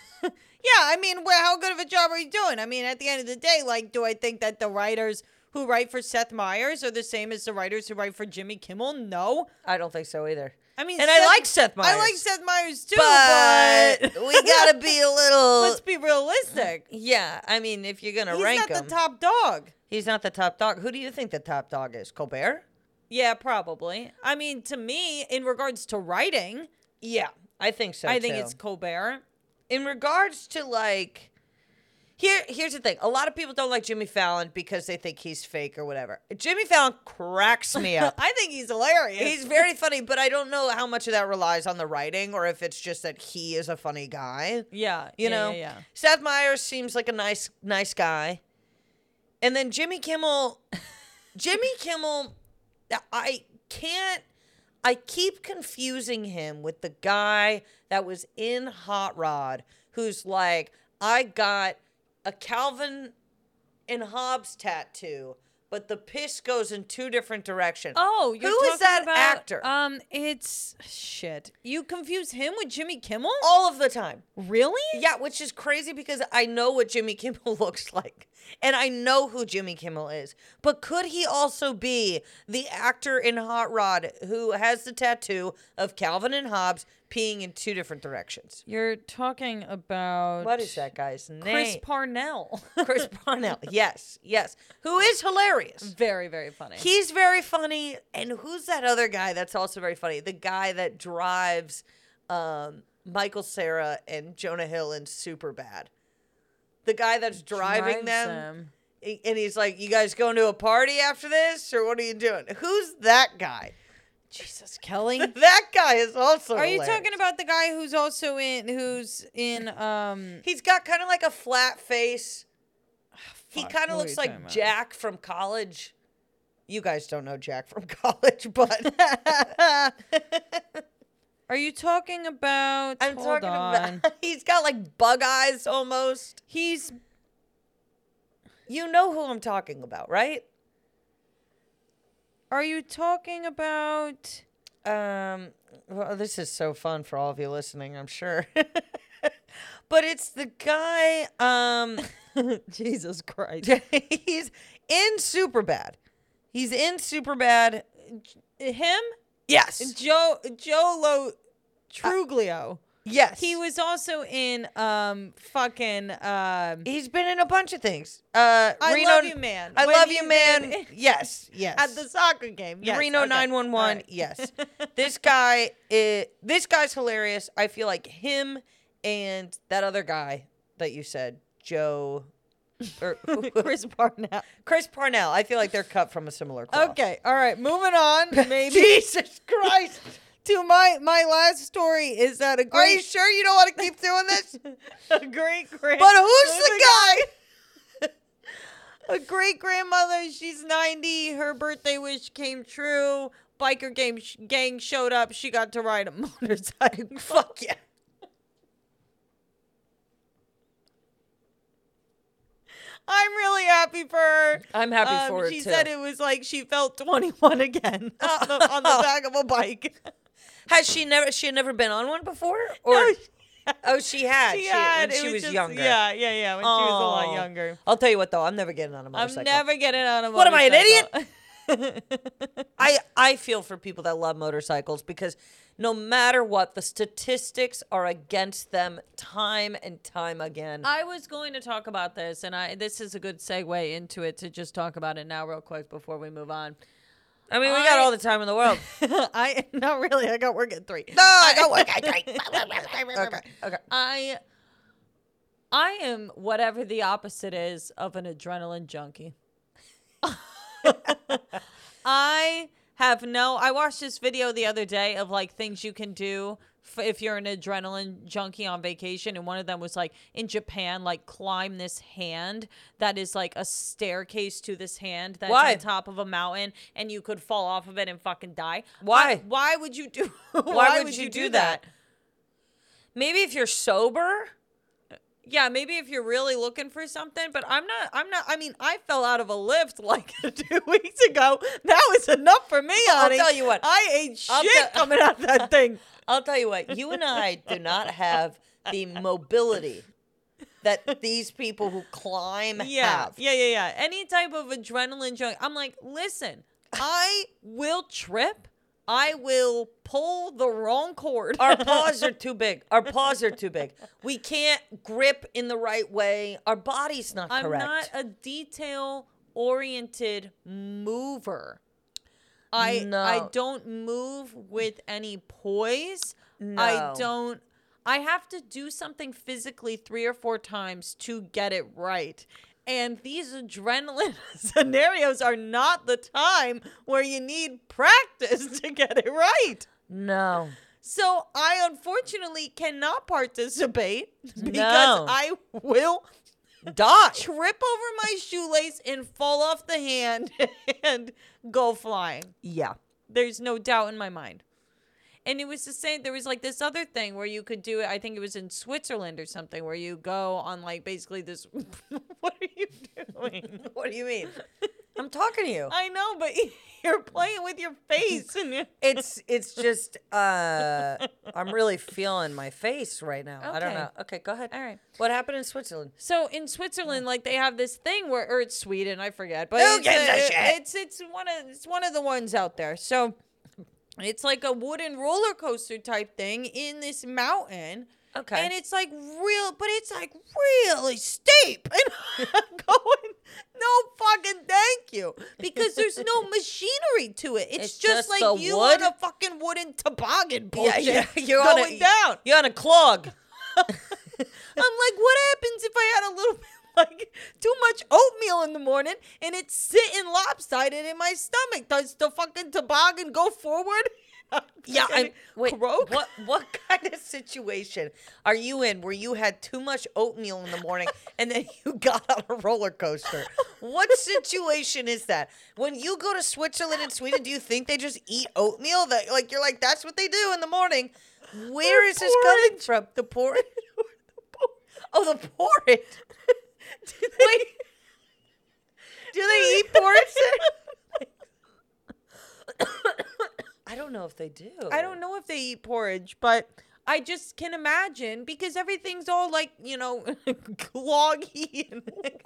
Speaker 2: Yeah, I mean, wh- how good of a job are you doing? I mean, at the end of the day, like, do I think that the writers who write for Seth Meyers are the same as the writers who write for Jimmy Kimmel? No.
Speaker 1: I don't think so either.
Speaker 2: I mean,
Speaker 1: And I like Seth
Speaker 2: I like
Speaker 1: Meyers.
Speaker 2: Seth Meyers too,
Speaker 1: But
Speaker 2: but,
Speaker 1: we gotta be a little.
Speaker 2: let's be realistic.
Speaker 1: yeah, I mean, if you're gonna
Speaker 2: He's
Speaker 1: rank
Speaker 2: not the
Speaker 1: him-
Speaker 2: top dog.
Speaker 1: He's not the top dog. Who do you think the top dog is? Colbert?
Speaker 2: Yeah, probably. I mean, to me, in regards to writing,
Speaker 1: Yeah, I think so.
Speaker 2: I think
Speaker 1: too.
Speaker 2: it's Colbert.
Speaker 1: in regards to like Here, here's the thing. A lot of people don't like Jimmy Fallon because they think he's fake or whatever. Jimmy Fallon cracks me up.
Speaker 2: I think he's hilarious.
Speaker 1: he's very funny, but I don't know how much of that relies on the writing or if it's just that he is a funny guy.
Speaker 2: yeah,
Speaker 1: You
Speaker 2: yeah,
Speaker 1: know,
Speaker 2: yeah, yeah.
Speaker 1: Seth Meyers seems like a nice, nice guy, and then Jimmy Kimmel, Jimmy Kimmel, I can't. I keep confusing him with the guy that was in Hot Rod, who's like, I got a Calvin and Hobbes tattoo, but the piss goes in two different directions.
Speaker 2: Oh, you're
Speaker 1: Who is
Speaker 2: talking
Speaker 1: that
Speaker 2: about-
Speaker 1: actor?
Speaker 2: Um, it's shit. You confuse him with Jimmy Kimmel?
Speaker 1: all of the time.
Speaker 2: Really?
Speaker 1: Yeah, which is crazy because I know what Jimmy Kimmel looks like and I know who Jimmy Kimmel is. But could he also be the actor in Hot Rod who has the tattoo of Calvin and Hobbes peeing in two different directions?
Speaker 2: You're talking about
Speaker 1: What is that guy's name?
Speaker 2: Chris Parnell.
Speaker 1: Chris Parnell. Yes, yes. Who is hilarious.
Speaker 2: very, very funny.
Speaker 1: He's very funny. And who's that other guy that's also very funny? The guy that drives um, Michael Sarah and Jonah Hill in Super Bad. The guy that's driving
Speaker 2: Drives
Speaker 1: them,
Speaker 2: um,
Speaker 1: a- and he's like, You guys going to a party after this? Or what are you doing? Who's that guy?
Speaker 2: Jesus, Kelly.
Speaker 1: That guy is also.
Speaker 2: Are you
Speaker 1: hilarious.
Speaker 2: talking about the guy who's also in who's in um
Speaker 1: He's got kind of like a flat face. He
Speaker 2: fuck,
Speaker 1: kind of
Speaker 2: who are
Speaker 1: looks
Speaker 2: you talking
Speaker 1: like
Speaker 2: about?
Speaker 1: Jack from college. You guys don't know Jack from college, but
Speaker 2: Are you talking about
Speaker 1: I'm
Speaker 2: hold
Speaker 1: talking
Speaker 2: on.
Speaker 1: about he's got like bug eyes almost.
Speaker 2: He's
Speaker 1: You know who I'm talking about, right?
Speaker 2: are you talking about
Speaker 1: Um well, this is so fun for all of you listening, I'm sure. but it's the guy um
Speaker 2: Jesus Christ.
Speaker 1: he's in Superbad. He's in Superbad.
Speaker 2: Him?
Speaker 1: Yes.
Speaker 2: Joe Joe Lo Truglio.
Speaker 1: Yes.
Speaker 2: He was also in um fucking um
Speaker 1: He's been in a bunch of things. Uh,
Speaker 2: I
Speaker 1: Reno,
Speaker 2: Love You Man.
Speaker 1: I
Speaker 2: When
Speaker 1: love
Speaker 2: he's
Speaker 1: you, man.
Speaker 2: in-
Speaker 1: yes, yes.
Speaker 2: at the soccer game. Yes,
Speaker 1: Reno
Speaker 2: okay.
Speaker 1: nine one
Speaker 2: All
Speaker 1: one.
Speaker 2: right.
Speaker 1: Yes, this guy. Is, this guy's hilarious. I feel like him and that other guy that you said, Joe, or
Speaker 2: Chris Barnett.
Speaker 1: Chris Parnell. I feel like they're cut from a similar cloth.
Speaker 2: Okay, all right, moving on. Maybe
Speaker 1: Jesus Christ.
Speaker 2: to my my last story is that a
Speaker 1: Are you
Speaker 2: great
Speaker 1: sure you don't want to keep doing this?
Speaker 2: a great grand
Speaker 1: But who's the guy?
Speaker 2: a great grandmother. She's ninety. Her birthday wish came true. Biker game sh- gang showed up. She got to ride a motorcycle.
Speaker 1: Fuck yeah.
Speaker 2: I'm really happy for her.
Speaker 1: I'm happy
Speaker 2: Um,
Speaker 1: for it
Speaker 2: She
Speaker 1: too.
Speaker 2: said it was like she felt 21 again on the, on the back of a bike.
Speaker 1: Has she never? She had never been on one before, or oh, she had. She had, when she
Speaker 2: it
Speaker 1: was,
Speaker 2: just-
Speaker 1: younger.
Speaker 2: Yeah, yeah, yeah. When she was a
Speaker 1: Aw.
Speaker 2: lot younger.
Speaker 1: I'll tell you what, though, I'm never getting on a
Speaker 2: I'm
Speaker 1: motorcycle.
Speaker 2: never getting on a motorcycle.
Speaker 1: What am I, an
Speaker 2: idiot?
Speaker 1: I I feel for people that love motorcycles because no matter what, the statistics are against them time and time again.
Speaker 2: I was going to talk about this, and I this is a good segue into it to just talk about it now, real quick, before we move on.
Speaker 1: I mean, we got
Speaker 2: I-
Speaker 1: all the time in the world.
Speaker 2: I not really. I got work at three.
Speaker 1: no, I don't work. I drink. okay, okay.
Speaker 2: I I am whatever the opposite is of an adrenaline junkie. I have no I watched this video the other day of like things you can do f- if you're an adrenaline junkie on vacation and one of them was like in Japan like climb this hand that is like a staircase to this hand that's
Speaker 1: Why?
Speaker 2: on top of a mountain and you could fall off of it and fucking die.
Speaker 1: Why?
Speaker 2: Why, why would you do Why,
Speaker 1: Why, would, you, do that? Maybe if you're sober.
Speaker 2: Yeah, maybe if you're really looking for something, but I'm not. I'm not. I mean, I fell out of a lift like two weeks ago. That was enough for me,
Speaker 1: I'll
Speaker 2: honey.
Speaker 1: tell you what.
Speaker 2: I ate shit
Speaker 1: I'll tell-
Speaker 2: coming out of that thing.
Speaker 1: I'll tell you what, you and I do not have the mobility that these people who climb
Speaker 2: Yeah,
Speaker 1: have.
Speaker 2: yeah, yeah, yeah. Any type of adrenaline junk. I'm like, listen, I will trip. I will pull the wrong cord.
Speaker 1: Our paws are too big. Our paws are too big. We can't grip in the right way. Our body's not
Speaker 2: I'm
Speaker 1: correct.
Speaker 2: not a detail oriented mover. I
Speaker 1: No.
Speaker 2: I don't move with any poise. I
Speaker 1: No.
Speaker 2: don't I have to do something physically three or four times to get it right. And these adrenaline scenarios are not the time where you need practice to get it right.
Speaker 1: No.
Speaker 2: So I unfortunately cannot participate because
Speaker 1: No.
Speaker 2: I will
Speaker 1: Die.
Speaker 2: trip over my shoelace and fall off the hand and go flying.
Speaker 1: Yeah.
Speaker 2: There's no doubt in my mind. And it was the same. There was like this other thing where you could do it. I think it was in Switzerland or something where you go on like basically this. what are you doing?
Speaker 1: What do you mean? I'm talking to you.
Speaker 2: I know, but you're playing with your face and you
Speaker 1: It's it's just uh I'm really feeling my face right now. I don't
Speaker 2: Okay.
Speaker 1: know. Okay, go ahead.
Speaker 2: All right.
Speaker 1: What happened in Switzerland?
Speaker 2: So in Switzerland, like they have this thing where, or it's Sweden, I forget, but
Speaker 1: Who
Speaker 2: it's,
Speaker 1: gives a
Speaker 2: it-
Speaker 1: shit?
Speaker 2: it's it's one of it's one of the ones out there. So it's like a wooden roller coaster type thing in this mountain.
Speaker 1: Okay.
Speaker 2: And it's like real, but it's like really steep. And I'm going, no fucking thank you. Because there's no machinery to it. It's,
Speaker 1: It's just
Speaker 2: just, like
Speaker 1: the
Speaker 2: you
Speaker 1: wood?
Speaker 2: on a fucking wooden toboggan
Speaker 1: Yeah,
Speaker 2: bullshit.
Speaker 1: yeah, you're on a-
Speaker 2: going down.
Speaker 1: You're on a clog.
Speaker 2: I'm like, what happens if I had a little bit, like, too much oatmeal in the morning and it's sitting lopsided in my stomach? Does the fucking toboggan go forward?
Speaker 1: Yeah,
Speaker 2: I
Speaker 1: I'm wait.
Speaker 2: croak?
Speaker 1: What what kind of situation are you in where you had too much oatmeal in the morning and then you got on a roller coaster? What situation is that? When you go to Switzerland and Sweden, do you think they just eat oatmeal? That like you're like that's what they do in the morning. Where is this coming from? The porridge. Oh, the porridge. Wait, do they eat porridge? there? I don't know if they do.
Speaker 2: I don't know if they eat porridge, but I just can imagine because everything's all like, you know, cloggy and like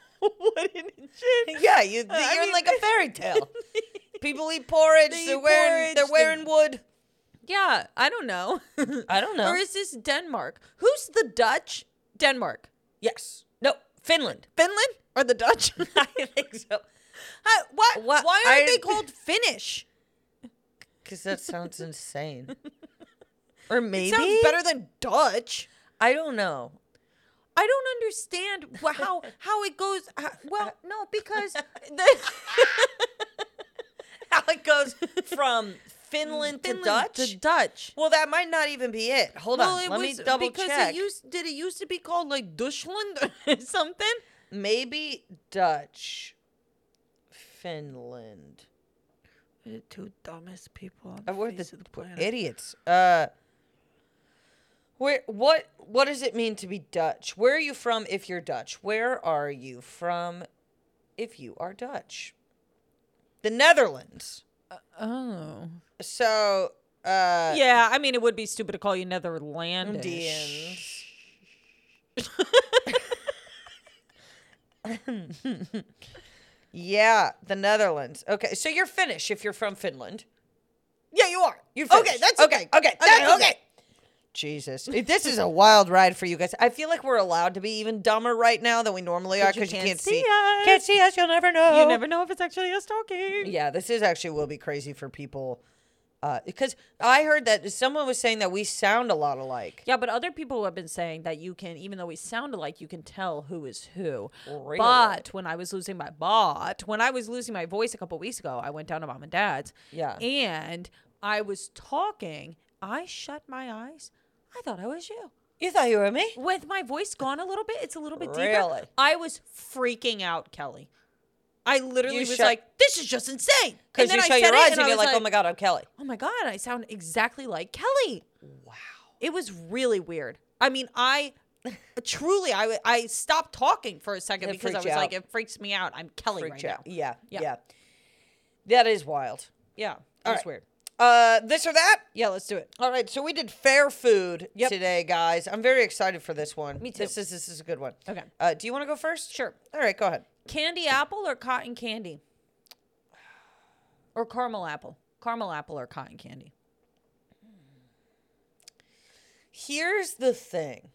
Speaker 2: wooden and shit.
Speaker 1: Yeah, you,
Speaker 2: Uh, I
Speaker 1: you're in
Speaker 2: mean-
Speaker 1: like a fairy tale. People eat porridge.
Speaker 2: They
Speaker 1: They
Speaker 2: eat
Speaker 1: are wearing they're
Speaker 2: porridge,
Speaker 1: wearing
Speaker 2: they-
Speaker 1: wood.
Speaker 2: Yeah, I don't know.
Speaker 1: I don't
Speaker 2: Or is this Denmark? Who's the Dutch? Denmark.
Speaker 1: yes. No. Finland.
Speaker 2: Finland or the Dutch?
Speaker 1: I think so.
Speaker 2: Hi- why,
Speaker 1: Wha-
Speaker 2: why are
Speaker 1: I-
Speaker 2: they called Finnish?
Speaker 1: Because that sounds insane. Or maybe
Speaker 2: Sounds better than Dutch.
Speaker 1: I don't know.
Speaker 2: I don't understand wh- how how it goes. How, well, no, because the,
Speaker 1: How it goes from Finland, to Dutch.
Speaker 2: to Dutch.
Speaker 1: well, that might not even be it. Hold
Speaker 2: Well,
Speaker 1: on.
Speaker 2: it
Speaker 1: Let
Speaker 2: was
Speaker 1: me double
Speaker 2: because
Speaker 1: check.
Speaker 2: it used did it used to be called like Deutschland or something?
Speaker 1: maybe Dutch, Finland.
Speaker 2: The two dumbest people on
Speaker 1: Uh, We're the, idiots. Uh, where what what does it mean to be Dutch? Where are you from if you're Dutch? Where are you from if you are Dutch? The Netherlands.
Speaker 2: Oh,
Speaker 1: So uh
Speaker 2: yeah. I mean, it would be stupid to call you Netherlandish.
Speaker 1: Indians. yeah, the Netherlands. Okay, so you're Finnish if you're from Finland.
Speaker 2: Yeah, you are.
Speaker 1: You're
Speaker 2: Okay,
Speaker 1: Finnish.
Speaker 2: that's okay.
Speaker 1: okay. Okay,
Speaker 2: That's
Speaker 1: that's
Speaker 2: okay.
Speaker 1: okay. Jesus, If this is a wild ride for you guys. I feel like we're allowed to be even dumber right now than we normally are because you, can't see.
Speaker 2: us.
Speaker 1: Can't see us. You'll never know.
Speaker 2: You never know if it's actually us talking.
Speaker 1: Yeah, this is actually will be crazy for people, uh, because I heard that someone was saying that we sound a lot alike.
Speaker 2: Yeah, but other people have been saying that you can, even though we sound alike, you can tell who is who.
Speaker 1: Really?
Speaker 2: But when I was losing my bot, when I was losing my voice a couple weeks ago, I went down to mom and dad's.
Speaker 1: Yeah.
Speaker 2: And I was talking. I shut my eyes. I thought I was you.
Speaker 1: You thought you were me?
Speaker 2: With my voice gone a little bit, it's a little bit
Speaker 1: Really?
Speaker 2: deeper. I was freaking out, Kelly. I literally
Speaker 1: You
Speaker 2: was
Speaker 1: shut-
Speaker 2: like, this is just insane. And
Speaker 1: Because
Speaker 2: then
Speaker 1: you
Speaker 2: I
Speaker 1: shut
Speaker 2: said
Speaker 1: your
Speaker 2: it,
Speaker 1: eyes and,
Speaker 2: I
Speaker 1: you're
Speaker 2: was
Speaker 1: like, "Oh my god, I'm Kelly."
Speaker 2: oh my god, I sound exactly like Kelly. Wow. It was really weird. I mean, I truly, I, w- I stopped talking for a second
Speaker 1: It
Speaker 2: because I
Speaker 1: freaked
Speaker 2: was
Speaker 1: you
Speaker 2: like,
Speaker 1: out.
Speaker 2: it freaks me out. I'm Kelly
Speaker 1: Freaked
Speaker 2: right
Speaker 1: you
Speaker 2: now.
Speaker 1: out. Yeah,
Speaker 2: Yeah.
Speaker 1: yeah, That is wild.
Speaker 2: Yeah. It
Speaker 1: All
Speaker 2: was
Speaker 1: right.
Speaker 2: weird.
Speaker 1: Uh, this or that?
Speaker 2: Yeah, let's do it.
Speaker 1: All right, so we did fair food
Speaker 2: Yep.
Speaker 1: today, guys. I'm very excited for this one. Me
Speaker 2: too.
Speaker 1: This is this is a good one.
Speaker 2: Okay.
Speaker 1: Uh, do you want to go first?
Speaker 2: Sure.
Speaker 1: All right, go ahead.
Speaker 2: Candy apple or cotton candy? Or caramel apple? Caramel apple or cotton candy?
Speaker 1: Here's the thing: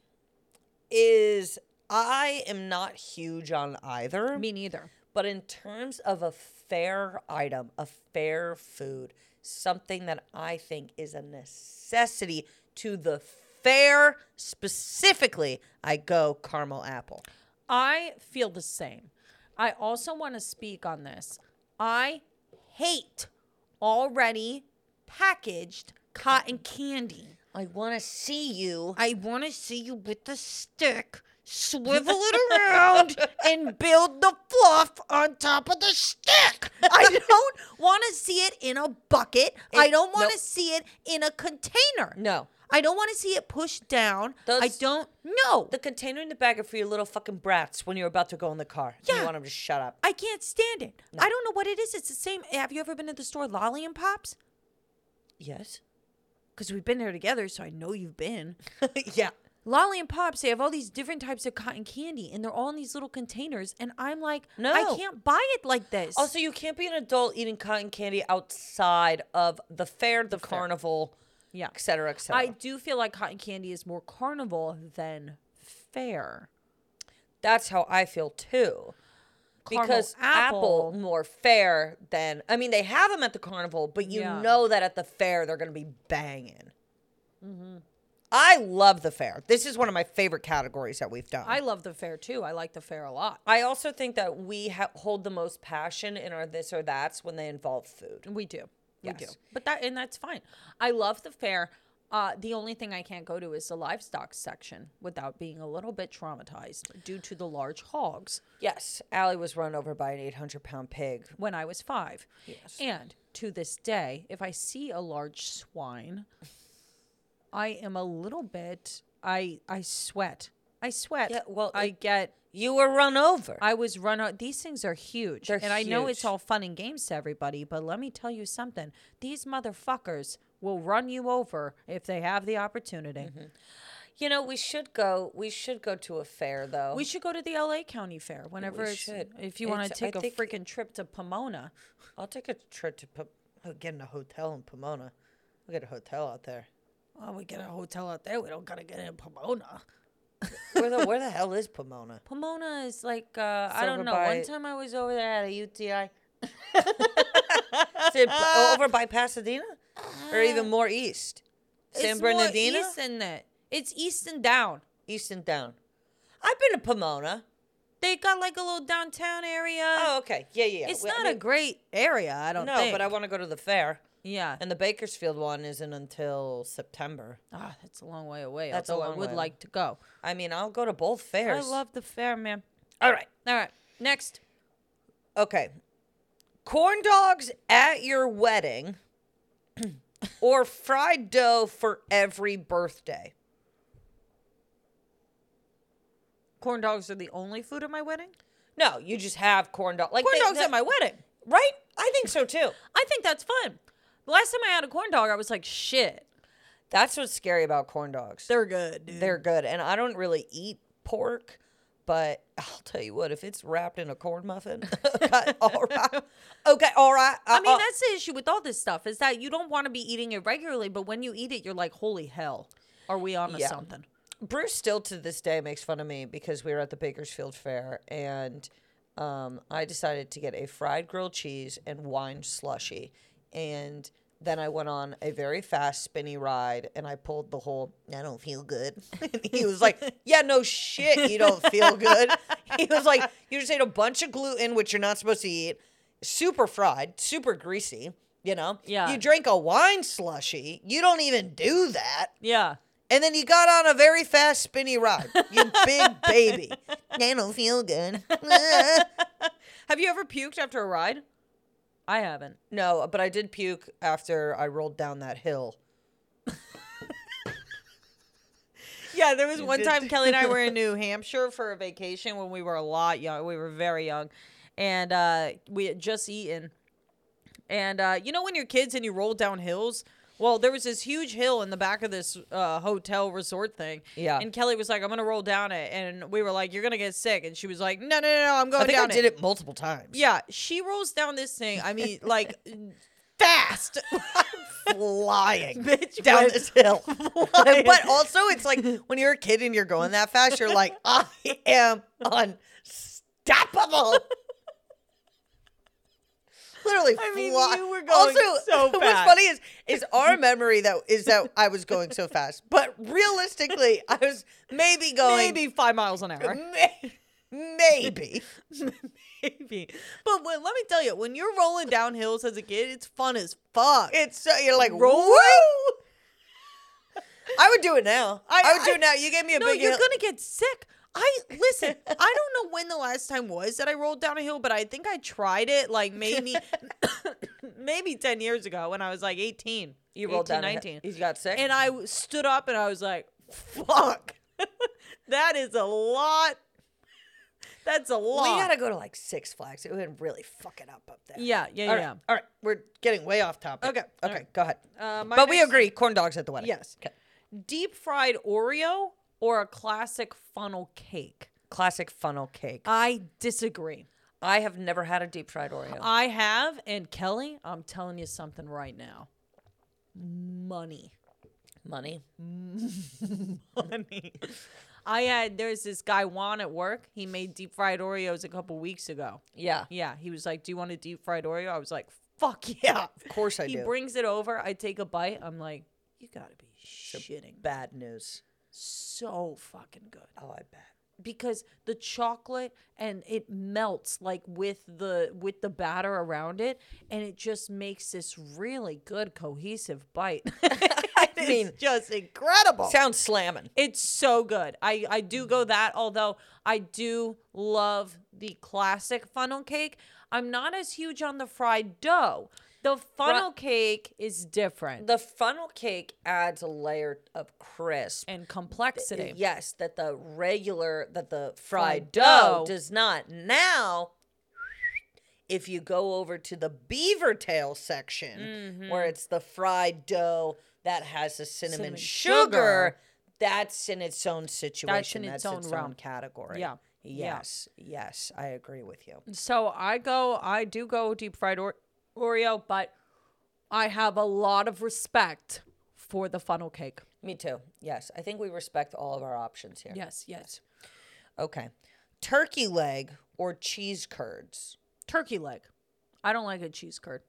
Speaker 1: is I am not huge on either.
Speaker 2: Me neither.
Speaker 1: But in terms of a fair item, a fair food, something that I think is a necessity to the fair specifically, I go caramel apple.
Speaker 2: I feel the same. I also want to speak on this. I hate already packaged cotton candy.
Speaker 1: I want to see you.
Speaker 2: I want to see you with the stick, swivel it around, and build the fluff on top of the stick. I don't want to see it in a bucket. I
Speaker 1: It-
Speaker 2: don't want to
Speaker 1: nope.
Speaker 2: see it in a container.
Speaker 1: No.
Speaker 2: I don't want to see it pushed down. I
Speaker 1: Those-
Speaker 2: don't know.
Speaker 1: The container in the bag are for your little fucking brats when you're about to go in the car.
Speaker 2: Yeah.
Speaker 1: You want them to shut up.
Speaker 2: I can't stand it. I don't know what it is. It's the same. Have you ever been to the store Lolly and Pops?
Speaker 1: Yes.
Speaker 2: Because we've been there together, so I know you've been.
Speaker 1: yeah.
Speaker 2: Lolly and Pops, they have all these different types of cotton candy, and they're all in these little containers. And I'm like, no, I
Speaker 1: No.
Speaker 2: can't buy it like this.
Speaker 1: Also, you can't be an adult eating cotton candy outside of the fair, the, carnival,
Speaker 2: yeah,
Speaker 1: et cetera, et cetera.
Speaker 2: I do feel like cotton candy is more carnival than fair.
Speaker 1: That's how I feel too.
Speaker 2: Caramel
Speaker 1: because apple. more fair than I mean they have them at the carnival, but you
Speaker 2: Yeah.
Speaker 1: know that at the fair they're going to be banging. Mm-hmm. I love the fair. This is one of my favorite categories that we've done.
Speaker 2: I love the fair too. I like the fair a lot.
Speaker 1: I also think that we ha- hold the most passion in our this or that's when they involve food.
Speaker 2: We do. We do.
Speaker 1: Yes.
Speaker 2: But that and that's fine. I love the fair. Uh, the only thing I can't go to is the livestock section without being a little bit traumatized due to the large hogs
Speaker 1: Yes, Allie was run over by an 800 pound pig.
Speaker 2: when I was five. Yes. And to this day, if I see a large swine, I am a little bit I I sweat. I sweat.
Speaker 1: Yeah, well,
Speaker 2: I
Speaker 1: it-
Speaker 2: get
Speaker 1: You were run over.
Speaker 2: I was run out. These things are huge.
Speaker 1: They're
Speaker 2: and I know it's
Speaker 1: huge.
Speaker 2: all fun and games to everybody, but let me tell you something. These motherfuckers will run you over if they have the opportunity.
Speaker 1: Mm-hmm. you know, we should go. We should go to a fair though.
Speaker 2: We should go to the LA County Fair whenever it's,
Speaker 1: should.
Speaker 2: if you want to
Speaker 1: It's- I
Speaker 2: take a
Speaker 1: think-
Speaker 2: freaking trip to Pomona.
Speaker 1: I'll take a trip to P- get in a hotel in Pomona. We'll get a hotel out there.
Speaker 2: Oh, we get a hotel out there. We don't gotta get in Pomona.
Speaker 1: Where the where the hell is Pomona?
Speaker 2: Pomona is like uh, I
Speaker 1: It's
Speaker 2: don't
Speaker 1: over
Speaker 2: know.
Speaker 1: by-
Speaker 2: One time I was over there at a UTI.
Speaker 1: Is it p- oh, over by Pasadena, or even more east? San
Speaker 2: Uh, It's more
Speaker 1: Bernardino,
Speaker 2: east than that. It's east and down.
Speaker 1: east and down. I've been to
Speaker 2: Uh,
Speaker 1: Pomona.
Speaker 2: They got like a little downtown area.
Speaker 1: Oh, okay. Yeah, yeah. yeah.
Speaker 2: it's
Speaker 1: Well, I
Speaker 2: not a
Speaker 1: mean,
Speaker 2: great area. I don't
Speaker 1: no,
Speaker 2: think.
Speaker 1: but I want to go to the fair.
Speaker 2: Yeah.
Speaker 1: And the Bakersfield one isn't until September.
Speaker 2: Ah, that's a long way away.
Speaker 1: That's a
Speaker 2: although I
Speaker 1: long
Speaker 2: would
Speaker 1: way.
Speaker 2: like to go.
Speaker 1: I mean, I'll go to both fairs.
Speaker 2: I love the fair, man.
Speaker 1: All right.
Speaker 2: All right. Next.
Speaker 1: Okay. Corn dogs at your wedding or fried dough for every birthday.
Speaker 2: Corn dogs are the only food at my wedding?
Speaker 1: No, you just have corn dog. Like
Speaker 2: Corn
Speaker 1: they-
Speaker 2: dogs
Speaker 1: they-
Speaker 2: at my wedding.
Speaker 1: right? I think so too.
Speaker 2: I think that's fun. The last time I had a corn dog, I was like, shit.
Speaker 1: That's what's scary about corn dogs.
Speaker 2: They're good, dude.
Speaker 1: They're good, and I don't really eat pork, but I'll tell you what, if it's wrapped in a corn muffin, okay, all right, okay, all right. uh-uh.
Speaker 2: I mean,
Speaker 1: I'll-
Speaker 2: that's the issue with all this stuff is that you don't want to be eating it regularly, but when you eat it, you're like, holy hell, are we on to
Speaker 1: Yeah.
Speaker 2: something?
Speaker 1: Bruce still to this day makes fun of me because we were at the Bakersfield Fair and um, I decided to get a fried grilled cheese and wine slushy. And then I went on a very fast spinny ride and I pulled the whole, I don't feel good. he was like, Yeah, no shit, you don't feel good. he was like, You just ate a bunch of gluten, which you're not supposed to eat, super fried, super greasy, you know?
Speaker 2: Yeah.
Speaker 1: You drink a wine slushy, you don't even do that.
Speaker 2: Yeah.
Speaker 1: And then you got on a very fast spinny ride. You big baby. I don't feel good.
Speaker 2: Have you ever puked after a ride? I haven't.
Speaker 1: no, but I did puke after I rolled down that hill.
Speaker 2: Yeah, there was one
Speaker 1: did
Speaker 2: time
Speaker 1: do-
Speaker 2: Kelly and I were in New Hampshire for a vacation when we were a lot young. We were very young, and uh, we had just eaten. And uh, you know when you're kids and you roll down hills. Well, there was this huge hill in the back of this uh, hotel resort thing.
Speaker 1: Yeah.
Speaker 2: And Kelly was like, "I'm gonna roll down it," and we were like, "You're gonna get sick," and she was like, "No, no, no, no I'm going
Speaker 1: I think I
Speaker 2: down
Speaker 1: did it multiple times.
Speaker 2: Yeah, she rolls down this thing. I mean, like fast.
Speaker 1: Flying
Speaker 2: Bitch
Speaker 1: down
Speaker 2: went
Speaker 1: this hill. but also, it's like when you're a kid and you're going that fast, you're like, I am unstoppable. literally
Speaker 2: I mean,
Speaker 1: fly-
Speaker 2: you were going
Speaker 1: also,
Speaker 2: so
Speaker 1: What's
Speaker 2: fast.
Speaker 1: funny is is our memory that is that I was going so fast, but realistically, I was maybe going
Speaker 2: Maybe five miles an hour.
Speaker 1: may- maybe.
Speaker 2: Maybe. But when, let me tell you, when you're rolling down hills as a kid, it's fun as fuck.
Speaker 1: It's so you're like
Speaker 2: Rolling?
Speaker 1: woo. I would do it now. I,
Speaker 2: I-
Speaker 1: would do it now. You gave me a
Speaker 2: no,
Speaker 1: big
Speaker 2: you're
Speaker 1: hill-
Speaker 2: gonna get sick. I listen. I don't know when the last time was that I rolled down a hill, but I think I tried it like maybe, maybe ten years ago when I was like eighteen.
Speaker 1: You rolled
Speaker 2: 18,
Speaker 1: down. a hill.
Speaker 2: 19.
Speaker 1: He's got sick.
Speaker 2: and I stood up and I was like, "Fuck, that is a lot. That's a lot."
Speaker 1: we gotta go to like Six Flags. It would really fuck it up up there.
Speaker 2: yeah, yeah,
Speaker 1: All right,
Speaker 2: yeah.
Speaker 1: all right. We're getting way off topic.
Speaker 2: Okay, all
Speaker 1: Okay.
Speaker 2: right.
Speaker 1: Go ahead.
Speaker 2: Uh, my
Speaker 1: but we
Speaker 2: next-
Speaker 1: agree. Corn dogs at the wedding.
Speaker 2: Yes.
Speaker 1: Okay.
Speaker 2: Deep fried Oreo or a classic funnel cake?
Speaker 1: Classic funnel cake.
Speaker 2: I disagree.
Speaker 1: I have never had a deep fried Oreo.
Speaker 2: I have, and Kelly, I'm telling you something right now. Money.
Speaker 1: Money.
Speaker 2: Money. I had there's this guy Juan at work. He made deep fried Oreos a couple weeks ago.
Speaker 1: Yeah.
Speaker 2: Yeah, he was like, "Do you want a deep fried Oreo?" I was like, "Fuck yeah!"
Speaker 1: Of course I
Speaker 2: he
Speaker 1: do.
Speaker 2: brings it over. I take a bite. I'm like, "You gotta be shitting!"
Speaker 1: Bad news.
Speaker 2: So fucking good.
Speaker 1: Oh, I bet.
Speaker 2: because the chocolate and it melts like with the with the batter around it and it just makes this really good cohesive bite
Speaker 1: I
Speaker 2: it's
Speaker 1: mean-
Speaker 2: just incredible
Speaker 1: Sounds slamming.
Speaker 2: it's so good i i do go that although i do love the classic funnel cake i'm not as huge on the fried dough the funnel cake is different
Speaker 1: The funnel cake adds a layer of crisp.
Speaker 2: and complexity
Speaker 1: Yes, that the regular, that the fried
Speaker 2: Fried
Speaker 1: dough
Speaker 2: dough.
Speaker 1: does not. Now, if you go over to the beaver tail section,
Speaker 2: Mm-hmm.
Speaker 1: where it's the fried dough that has the cinnamon,
Speaker 2: Cinnamon
Speaker 1: sugar,
Speaker 2: sugar.
Speaker 1: that's in its own situation. That's in its, own,
Speaker 2: realm.
Speaker 1: category.
Speaker 2: Yeah. Yeah.
Speaker 1: Yes. Yes. I agree with you.
Speaker 2: So I go, I do go deep fried or- Oreo, but I have a lot of respect for the funnel cake.
Speaker 1: Me too. Yes. I think we respect all of our options here.
Speaker 2: Yes, yes.
Speaker 1: Okay. Turkey leg or cheese curds?
Speaker 2: Turkey leg. I don't like a cheese curd.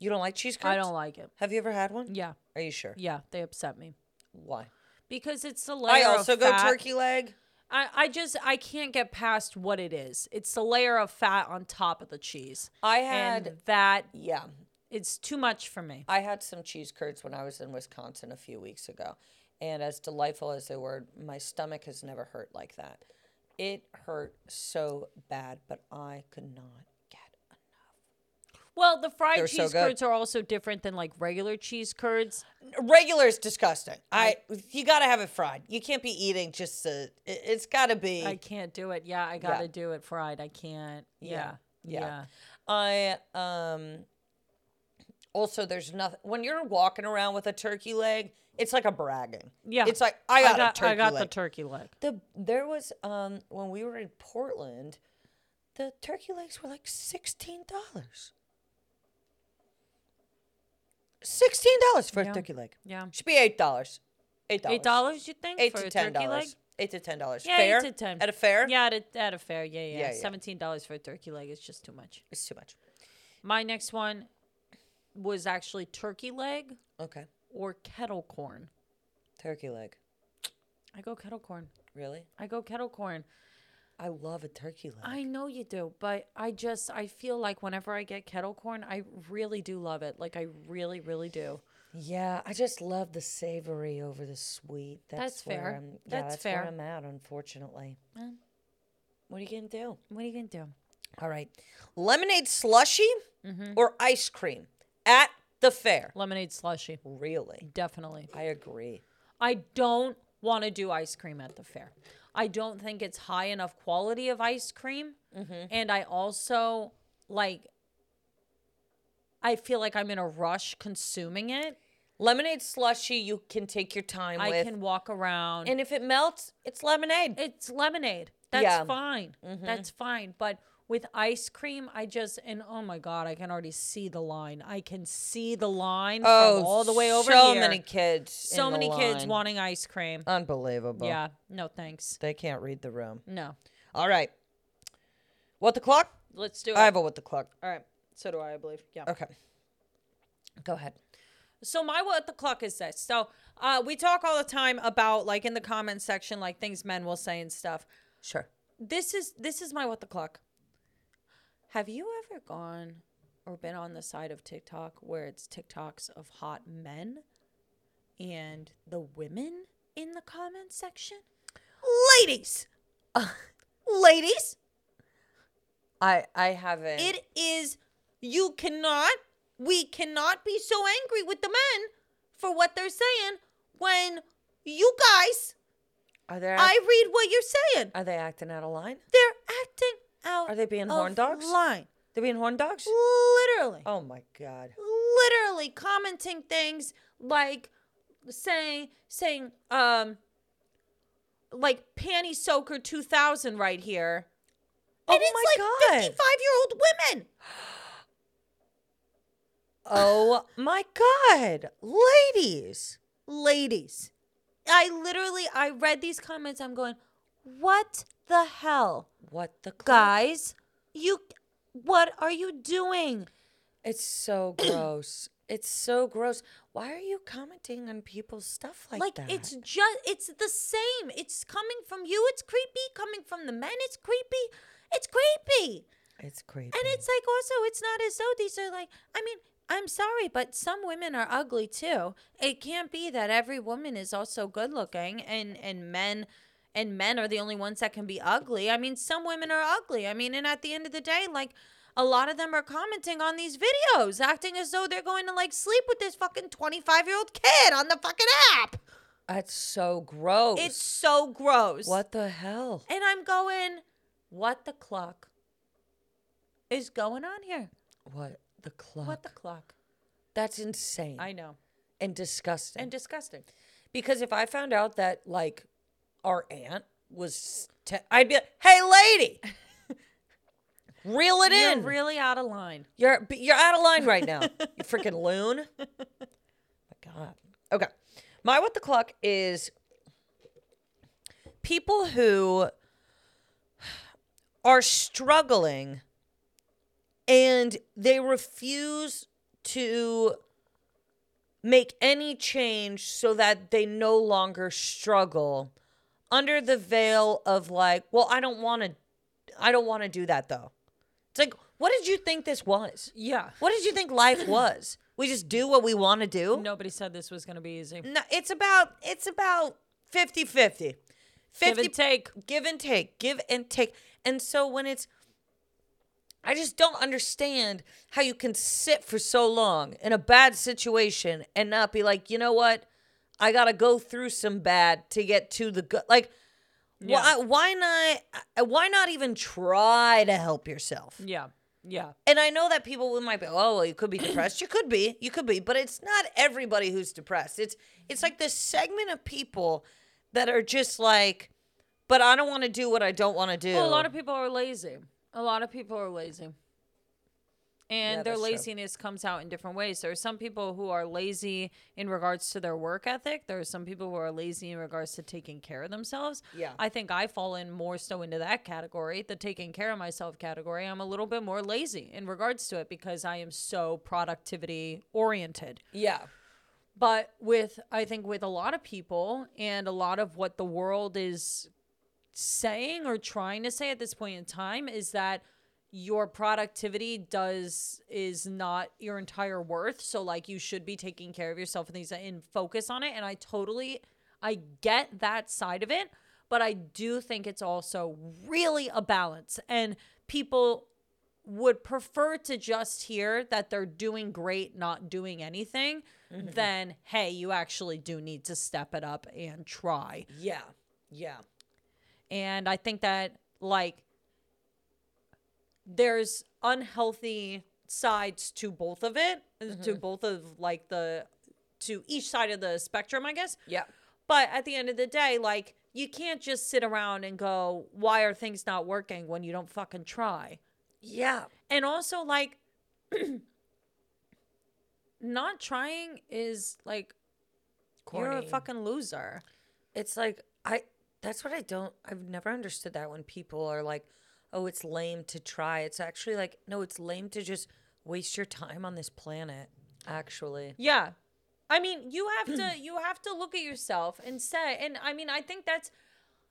Speaker 1: You don't like cheese curds?
Speaker 2: I don't like it.
Speaker 1: Have you ever had one?
Speaker 2: Yeah,
Speaker 1: Are you sure?
Speaker 2: yeah, they upset me
Speaker 1: Why?
Speaker 2: because it's the
Speaker 1: I
Speaker 2: layer.
Speaker 1: also
Speaker 2: of
Speaker 1: go
Speaker 2: fat.
Speaker 1: turkey leg.
Speaker 2: I, I just I can't get past what it is. It's the layer of fat on top of the cheese,
Speaker 1: I had
Speaker 2: and that
Speaker 1: yeah.
Speaker 2: it's too much for me.
Speaker 1: I had some cheese curds when I was in Wisconsin a few weeks ago. And as delightful as they were, my stomach has never hurt like that. It hurt so bad, but I could not get
Speaker 2: Well, the fried
Speaker 1: They're so
Speaker 2: cheese
Speaker 1: good.
Speaker 2: curds are also different than like regular cheese curds.
Speaker 1: regular is disgusting. I you got to have it fried. You can't be eating just the it, it's got to be
Speaker 2: I can't do it. Yeah, I gotta do it fried. I can't.
Speaker 1: Yeah,
Speaker 2: Yeah.
Speaker 1: yeah.
Speaker 2: Yeah.
Speaker 1: I um also there's nothing when you're walking around with a turkey leg, it's like a bragging.
Speaker 2: Yeah.
Speaker 1: It's like I got,
Speaker 2: I got,
Speaker 1: a turkey
Speaker 2: I got
Speaker 1: leg.
Speaker 2: the turkey leg.
Speaker 1: the there was um when we were in Portland, the turkey legs were like sixteen dollars. Sixteen dollars for
Speaker 2: Yeah.
Speaker 1: a turkey leg.
Speaker 2: Yeah.
Speaker 1: Should be eight dollars. Eight dollars.
Speaker 2: Eight dollars, you think?
Speaker 1: Eight
Speaker 2: for
Speaker 1: to
Speaker 2: a
Speaker 1: ten
Speaker 2: turkey leg?
Speaker 1: dollars. Eight to ten dollars.
Speaker 2: Yeah, eight
Speaker 1: fair.
Speaker 2: to 10.
Speaker 1: At a fair.
Speaker 2: Yeah, at a, at a fair. Yeah, yeah.
Speaker 1: Yeah, yeah.
Speaker 2: Seventeen dollars for a turkey leg is just too much.
Speaker 1: It's too much.
Speaker 2: My next one was actually turkey leg
Speaker 1: Okay.
Speaker 2: or kettle corn.
Speaker 1: Turkey leg.
Speaker 2: I go kettle corn.
Speaker 1: Really?
Speaker 2: I go kettle corn.
Speaker 1: I love a turkey leg.
Speaker 2: I know you do, but I just I feel like whenever I get kettle corn, I really do love it. Like I really, really do.
Speaker 1: Yeah, I just love the savory over the sweet. That's,
Speaker 2: That's fair.
Speaker 1: where I'm, yeah,
Speaker 2: That's
Speaker 1: that's, where
Speaker 2: fair.
Speaker 1: I'm at, unfortunately.
Speaker 2: Mm.
Speaker 1: What are you gonna do?
Speaker 2: What are you gonna do?
Speaker 1: All right, lemonade slushy
Speaker 2: Mm-hmm.
Speaker 1: or ice cream at the fair?
Speaker 2: Lemonade slushy.
Speaker 1: Really?
Speaker 2: Definitely.
Speaker 1: I agree.
Speaker 2: I don't want to do ice cream at the fair. I don't think it's high enough quality of ice cream.
Speaker 1: Mm-hmm.
Speaker 2: And I also like, I feel like I'm in a rush consuming it.
Speaker 1: Lemonade slushy, you can take your time
Speaker 2: I
Speaker 1: with,
Speaker 2: can walk around.
Speaker 1: and if it melts, it's lemonade.
Speaker 2: it's lemonade. That's
Speaker 1: Yeah. Mm-hmm.
Speaker 2: fine. That's fine. But with ice cream, I just, and oh my God, I can already see the line. I can see the line from all the way over
Speaker 1: Oh, so
Speaker 2: here.
Speaker 1: many kids.
Speaker 2: so
Speaker 1: in the
Speaker 2: many kids
Speaker 1: line.
Speaker 2: wanting ice cream.
Speaker 1: Unbelievable.
Speaker 2: yeah. No, thanks.
Speaker 1: They can't read the room.
Speaker 2: No.
Speaker 1: All right. What the clock?
Speaker 2: Let's do it.
Speaker 1: I have a what the clock.
Speaker 2: All right. So do I, I believe. Yeah.
Speaker 1: Okay. Go ahead.
Speaker 2: So my what the cluck is this. So uh, we talk all the time about like in the comment section, like things men will say and stuff.
Speaker 1: Sure.
Speaker 2: This is this is my what the cluck. Have you ever gone or been on the side of TikTok where it's TikToks of hot men and the women in the comment section? Ladies, ladies,
Speaker 1: I I haven't.
Speaker 2: it is you cannot we cannot be so angry with the men for what they're saying when you guys
Speaker 1: are there?
Speaker 2: I read what you're saying.
Speaker 1: are they acting out of line?
Speaker 2: They're acting out
Speaker 1: Are they being
Speaker 2: of
Speaker 1: horn dogs?
Speaker 2: line.
Speaker 1: They're being horn dogs.
Speaker 2: Literally.
Speaker 1: Oh my god.
Speaker 2: literally commenting things like saying saying um like panty soaker 2000 right here
Speaker 1: Oh
Speaker 2: and it's
Speaker 1: my
Speaker 2: like
Speaker 1: God.
Speaker 2: 55 year old women
Speaker 1: Oh my god, ladies.
Speaker 2: ladies i literally i read these comments i'm going what the hell
Speaker 1: What the cl-
Speaker 2: guys you what are you doing
Speaker 1: It's so gross. It's so gross. Why are you commenting on people's stuff like,
Speaker 2: like
Speaker 1: that?
Speaker 2: it's just it's the same it's coming from you it's creepy coming from the men it's creepy it's creepy
Speaker 1: it's crazy.
Speaker 2: And it's like also, it's not as though these are like. I mean, I'm sorry, but some women are ugly too. It can't be that every woman is also good looking, and and men, and men are the only ones that can be ugly. I mean, some women are ugly. I mean, and at the end of the day, like. A lot of them are commenting on these videos, acting as though they're going to like sleep with this fucking 25 year old kid on the fucking app.
Speaker 1: That's so gross.
Speaker 2: It's so gross.
Speaker 1: what the hell?
Speaker 2: And I'm going, what the clock is going on here?
Speaker 1: What the clock?
Speaker 2: What the clock?
Speaker 1: That's insane
Speaker 2: I know.
Speaker 1: and disgusting.
Speaker 2: And disgusting.
Speaker 1: because if I found out that like our aunt was, te- I'd be like, "Hey, lady, reel it
Speaker 2: You're
Speaker 1: in.
Speaker 2: really out of line.
Speaker 1: you're b- you're out of line right now. you freaking loon." My God. Okay. My what the clock is people who are struggling and they refuse to make any change so that they no longer struggle under the veil of like well i don't want to i don't want to do that though it's like what did you think this was
Speaker 2: Yeah.
Speaker 1: what did you think life was we just do what we want to do
Speaker 2: Nobody said this was going to be easy.
Speaker 1: no, it's about it's about 50 50
Speaker 2: Give and take.
Speaker 1: give and take give and take and so when it's i just don't understand how you can sit for so long in a bad situation and not be like you know what i gotta go through some bad to get to the good like
Speaker 2: Yeah.
Speaker 1: why, why not why not even try to help yourself
Speaker 2: Yeah. Yeah.
Speaker 1: and I know that people might be, oh, well, you could be depressed. You could be, you could be, but it's not everybody who's depressed. It's it's like this segment of people that are just like, but I don't want to do what I don't want to do.
Speaker 2: Well, a lot of people are lazy. A lot of people are lazy. And
Speaker 1: Yeah,
Speaker 2: their
Speaker 1: that's true.
Speaker 2: laziness comes out in different ways. There are some people who are lazy in regards to their work ethic. There are some people who are lazy in regards to taking care of themselves.
Speaker 1: Yeah.
Speaker 2: I think I fall in more so into that category, the taking care of myself category. I'm a little bit more lazy in regards to it because I am so productivity oriented.
Speaker 1: yeah,
Speaker 2: but with i think with a lot of people and a lot of what the world is saying or trying to say at this point in time is that your productivity does is not your entire worth so like you should be taking care of yourself and these and focus on it and i totally i get that side of it but i do think it's also really a balance and people would prefer to just hear that they're doing great, not doing anything, than hey, you actually do need to step it up and try.
Speaker 1: yeah, yeah,
Speaker 2: And I think that like there's unhealthy sides to both of it, to both of like the to each side of the spectrum, I guess.
Speaker 1: yeah,
Speaker 2: But at the end of the day, like you can't just sit around and go, why are things not working when you don't fucking try?
Speaker 1: yeah.
Speaker 2: and also like not trying is like you're a
Speaker 1: Corny.
Speaker 2: fucking loser
Speaker 1: It's like I. That's what I don't. I've never understood that when people are like, "Oh, it's lame to try." It's actually like, no, it's lame to just waste your time on this planet, actually.
Speaker 2: Yeah. I mean, you have to you have to look at yourself and say and I mean, I think that's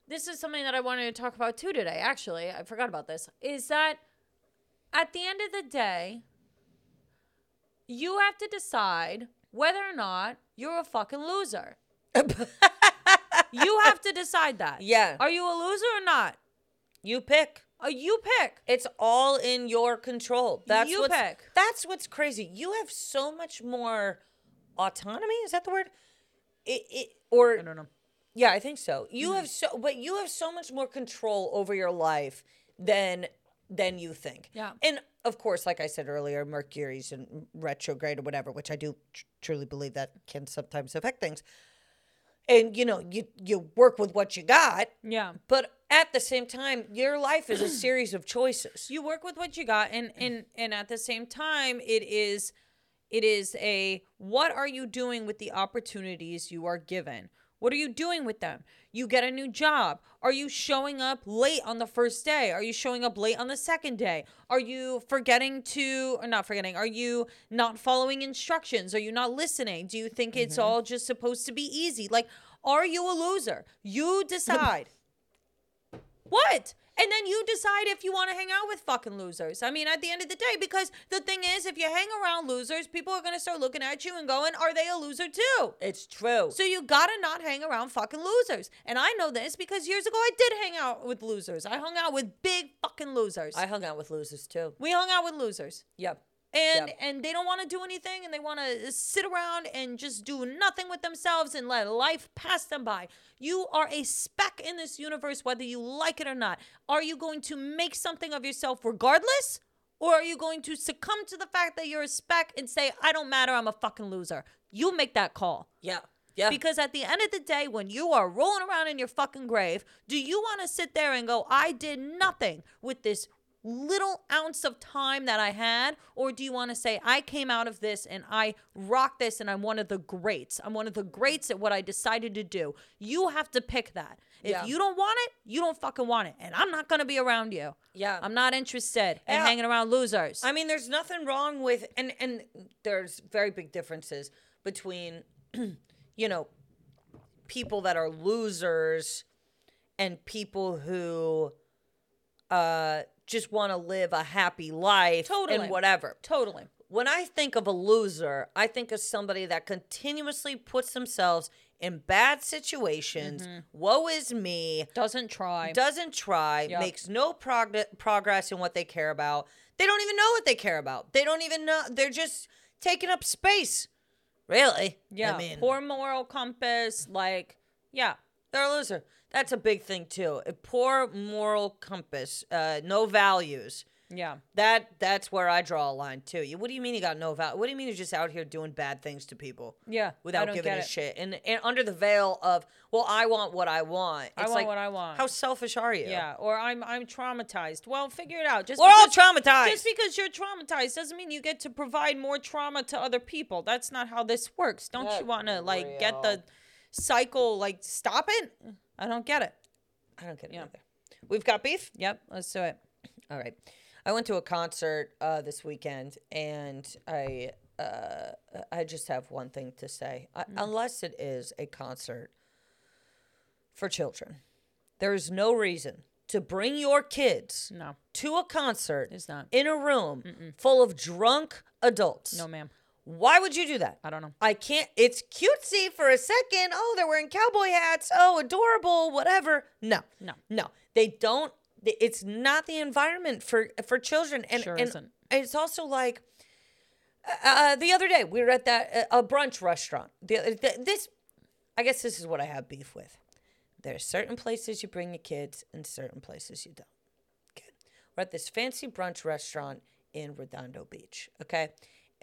Speaker 2: this is something that I wanted to talk about too today actually. I forgot about this. Is that at the end of the day, you have to decide whether or not you're a fucking loser. you have to decide that.
Speaker 1: Yeah.
Speaker 2: Are you a loser or not?
Speaker 1: You pick.
Speaker 2: Uh, you pick.
Speaker 1: It's all in your control. That's
Speaker 2: You
Speaker 1: what's,
Speaker 2: pick.
Speaker 1: That's what's crazy. You have so much more autonomy. Is that the word? It, it or
Speaker 2: I don't know. Hmm.
Speaker 1: yeah, I think so. You have so, but you have so much more control over your life than than you think.
Speaker 2: Yeah.
Speaker 1: and of course, like I said earlier, Mercury's in retrograde or whatever, which I do tr- truly believe that can sometimes affect things. And you know, you you work with what you got,
Speaker 2: Yeah.
Speaker 1: but at the same time, your life is a series of choices.
Speaker 2: you work with what you got and and and at the same time it is it is a what are you doing with the opportunities you are given what are you doing with them you get a new job are you showing up late on the first day are you showing up late on the second day are you forgetting to or not forgetting are you not following instructions are you not listening do you think it's all just supposed to be easy like are you a loser you decide what? And then you decide if you want to hang out with fucking losers. I mean, at the end of the day, because the thing is, if you hang around losers, people are going to start looking at you and going, are they a loser too?
Speaker 1: It's true.
Speaker 2: So you got to not hang around fucking losers. And I know this because years ago I did hang out with losers. I hung out with big fucking losers.
Speaker 1: I hung out with losers too.
Speaker 2: we hung out with losers.
Speaker 1: Yeah.
Speaker 2: And
Speaker 1: Yeah.
Speaker 2: and they don't want to do anything and they want to sit around and just do nothing with themselves and let life pass them by. You are a speck in this universe whether you like it or not. Are you going to make something of yourself regardless? Or are you going to succumb to the fact that you're a speck and say I don't matter, I'm a fucking loser? You make that call.
Speaker 1: Yeah. Yeah.
Speaker 2: Because at the end of the day, when you are rolling around in your fucking grave, do you want to sit there and go, I did nothing with this little ounce of time that I had? Or do you want to say, I came out of this and I rock this and I'm one of the greats? I'm one of the greats at what I decided to do. You have to pick that. If
Speaker 1: Yeah.
Speaker 2: you don't want it, you don't fucking want it. And I'm not going to be around you.
Speaker 1: yeah.
Speaker 2: I'm not interested in
Speaker 1: Yeah.
Speaker 2: hanging around losers.
Speaker 1: I mean, there's nothing wrong with, and and there's very big differences between, you know, people that are losers, and people who, uh, just want to live a happy life
Speaker 2: Totally.
Speaker 1: and whatever.
Speaker 2: totally.
Speaker 1: When I think of a loser, I think of somebody that continuously puts themselves in bad situations. Woe is me.
Speaker 2: Doesn't try.
Speaker 1: doesn't try,
Speaker 2: Yep.
Speaker 1: makes no prog- progress in what they care about. They don't even know what they care about. They don't even know. They're just taking up space. Really?
Speaker 2: yeah.
Speaker 1: I mean,
Speaker 2: poor moral compass. Like, yeah.
Speaker 1: they're a loser. That's a big thing too. A poor moral compass, uh, no values.
Speaker 2: Yeah.
Speaker 1: That that's where I draw a line too. You, what do you mean you got no value? What do you mean you're just out here doing bad things to people
Speaker 2: Yeah. I
Speaker 1: without
Speaker 2: don't
Speaker 1: giving
Speaker 2: get
Speaker 1: a
Speaker 2: it.
Speaker 1: shit? And and under the veil of well, I want what I want. It's
Speaker 2: I want
Speaker 1: like,
Speaker 2: what I want.
Speaker 1: How selfish are you?
Speaker 2: yeah. Or I'm I'm traumatized. Well, figure it out. Just
Speaker 1: we're all
Speaker 2: because-
Speaker 1: traumatized.
Speaker 2: Just because you're traumatized doesn't mean you get to provide more trauma to other people. That's not how this works. Don't
Speaker 1: That's
Speaker 2: you want to like get
Speaker 1: real.
Speaker 2: the cycle like stop it? I don't get it.
Speaker 1: I don't get it
Speaker 2: Yeah.
Speaker 1: either. We've got beef.
Speaker 2: Yep, let's do it.
Speaker 1: All right. I went to a concert uh, this weekend, and I uh, I just have one thing to say. I,
Speaker 2: Mm.
Speaker 1: Unless it is a concert for children, there is no reason to bring your kids
Speaker 2: No,
Speaker 1: to a concert
Speaker 2: it's not.
Speaker 1: in a room full of drunk adults.
Speaker 2: No, ma'am.
Speaker 1: Why would you do that?
Speaker 2: I don't know.
Speaker 1: I can't. It's cutesy for a second. Oh, they're wearing cowboy hats. Oh, adorable. Whatever. No,
Speaker 2: No.
Speaker 1: no. They don't. th- It's not the environment for for children. And,
Speaker 2: Sure
Speaker 1: and
Speaker 2: isn't.
Speaker 1: it's also like uh, the other day we were at that uh, a brunch restaurant. The, other- th this, I guess, this is what I have beef with. There are certain places you bring your kids, and certain places you don't. Okay. We're at this fancy brunch restaurant in Redondo Beach. Okay.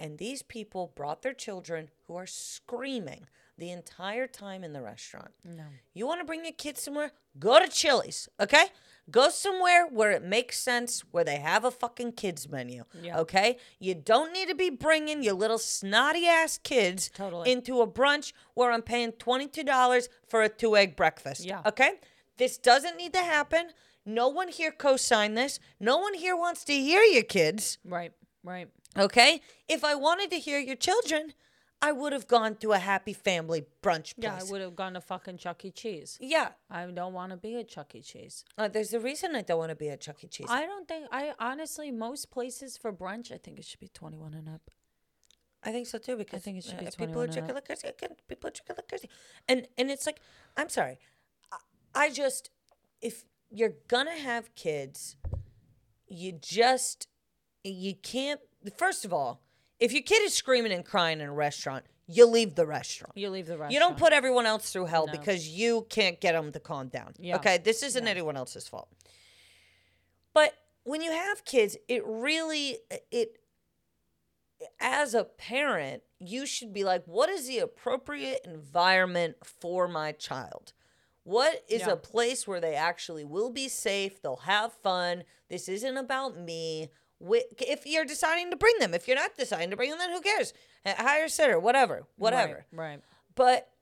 Speaker 1: And these people brought their children who are screaming the entire time in the restaurant. No. You want to bring your kids somewhere? Go to Chili's. Okay. Go somewhere where it makes sense, where they have a fucking kids menu.
Speaker 2: Yeah.
Speaker 1: Okay. You don't need to be bringing your little snotty ass kids
Speaker 2: Totally.
Speaker 1: into a brunch where I'm paying $22 for a two egg breakfast.
Speaker 2: Yeah.
Speaker 1: Okay? This doesn't need to happen. No one here co signed this. No one here wants to hear you, kids.
Speaker 2: Right. Right.
Speaker 1: Okay? If I wanted to hear your children, I would have gone to a happy family brunch place.
Speaker 2: Yeah, I would have gone to fucking Chuck E. Cheese.
Speaker 1: Yeah.
Speaker 2: I don't want to be at Chuck E. Cheese.
Speaker 1: Uh, there's a reason I don't want to be at Chuck E. Cheese. I,
Speaker 2: I don't think I honestly most places for brunch. I think it should be twenty one and up.
Speaker 1: think so too because
Speaker 2: think it should
Speaker 1: uh,
Speaker 2: be
Speaker 1: people are
Speaker 2: 21 and
Speaker 1: drinking
Speaker 2: up.
Speaker 1: like crazy. again, People are drinking like crazy, and and it's like I'm sorry, I, I just if you're gonna have kids, you just you can't. First of all, if your kid is screaming and crying in a restaurant, you leave the restaurant.
Speaker 2: You leave the restaurant.
Speaker 1: You don't put everyone else through hell
Speaker 2: No.
Speaker 1: because you can't get them to calm down.
Speaker 2: Yeah.
Speaker 1: Okay, this isn't anyone else's fault. But when you have kids, it really it as a parent, you should be like, what is the appropriate environment for my child? What is
Speaker 2: Yeah.
Speaker 1: a place where they actually will be safe? They'll have fun. This isn't about me. Wh- If you're deciding to bring them, if you're not deciding to bring them, then who cares? H- Hire a sitter, whatever, whatever
Speaker 2: Right. right.
Speaker 1: but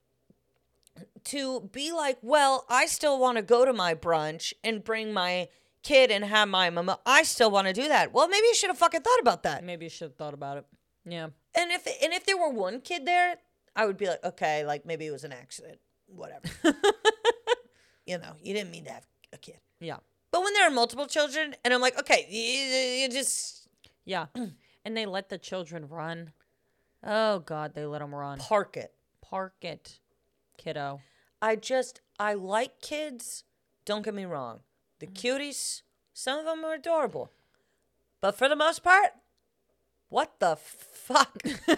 Speaker 1: to be like, well, I still want to go to my brunch and bring my kid and have my mama. I still want to do that. Well, maybe you should have fucking thought about that.
Speaker 2: Maybe you should have thought about it. Yeah.
Speaker 1: And if and if there were one kid there, I would be like, okay, like maybe it was an accident, whatever. you know, you didn't mean to have a kid.
Speaker 2: Yeah.
Speaker 1: But when there are multiple children, and I'm like, okay, you, you just
Speaker 2: Yeah. and they let the children run. Oh God, they let them run.
Speaker 1: park it.
Speaker 2: Park it, kiddo.
Speaker 1: I just I like kids. Don't get me wrong.
Speaker 2: Mm.
Speaker 1: The cuties, some of them are adorable, but for the most part, what the fuck? and
Speaker 2: No,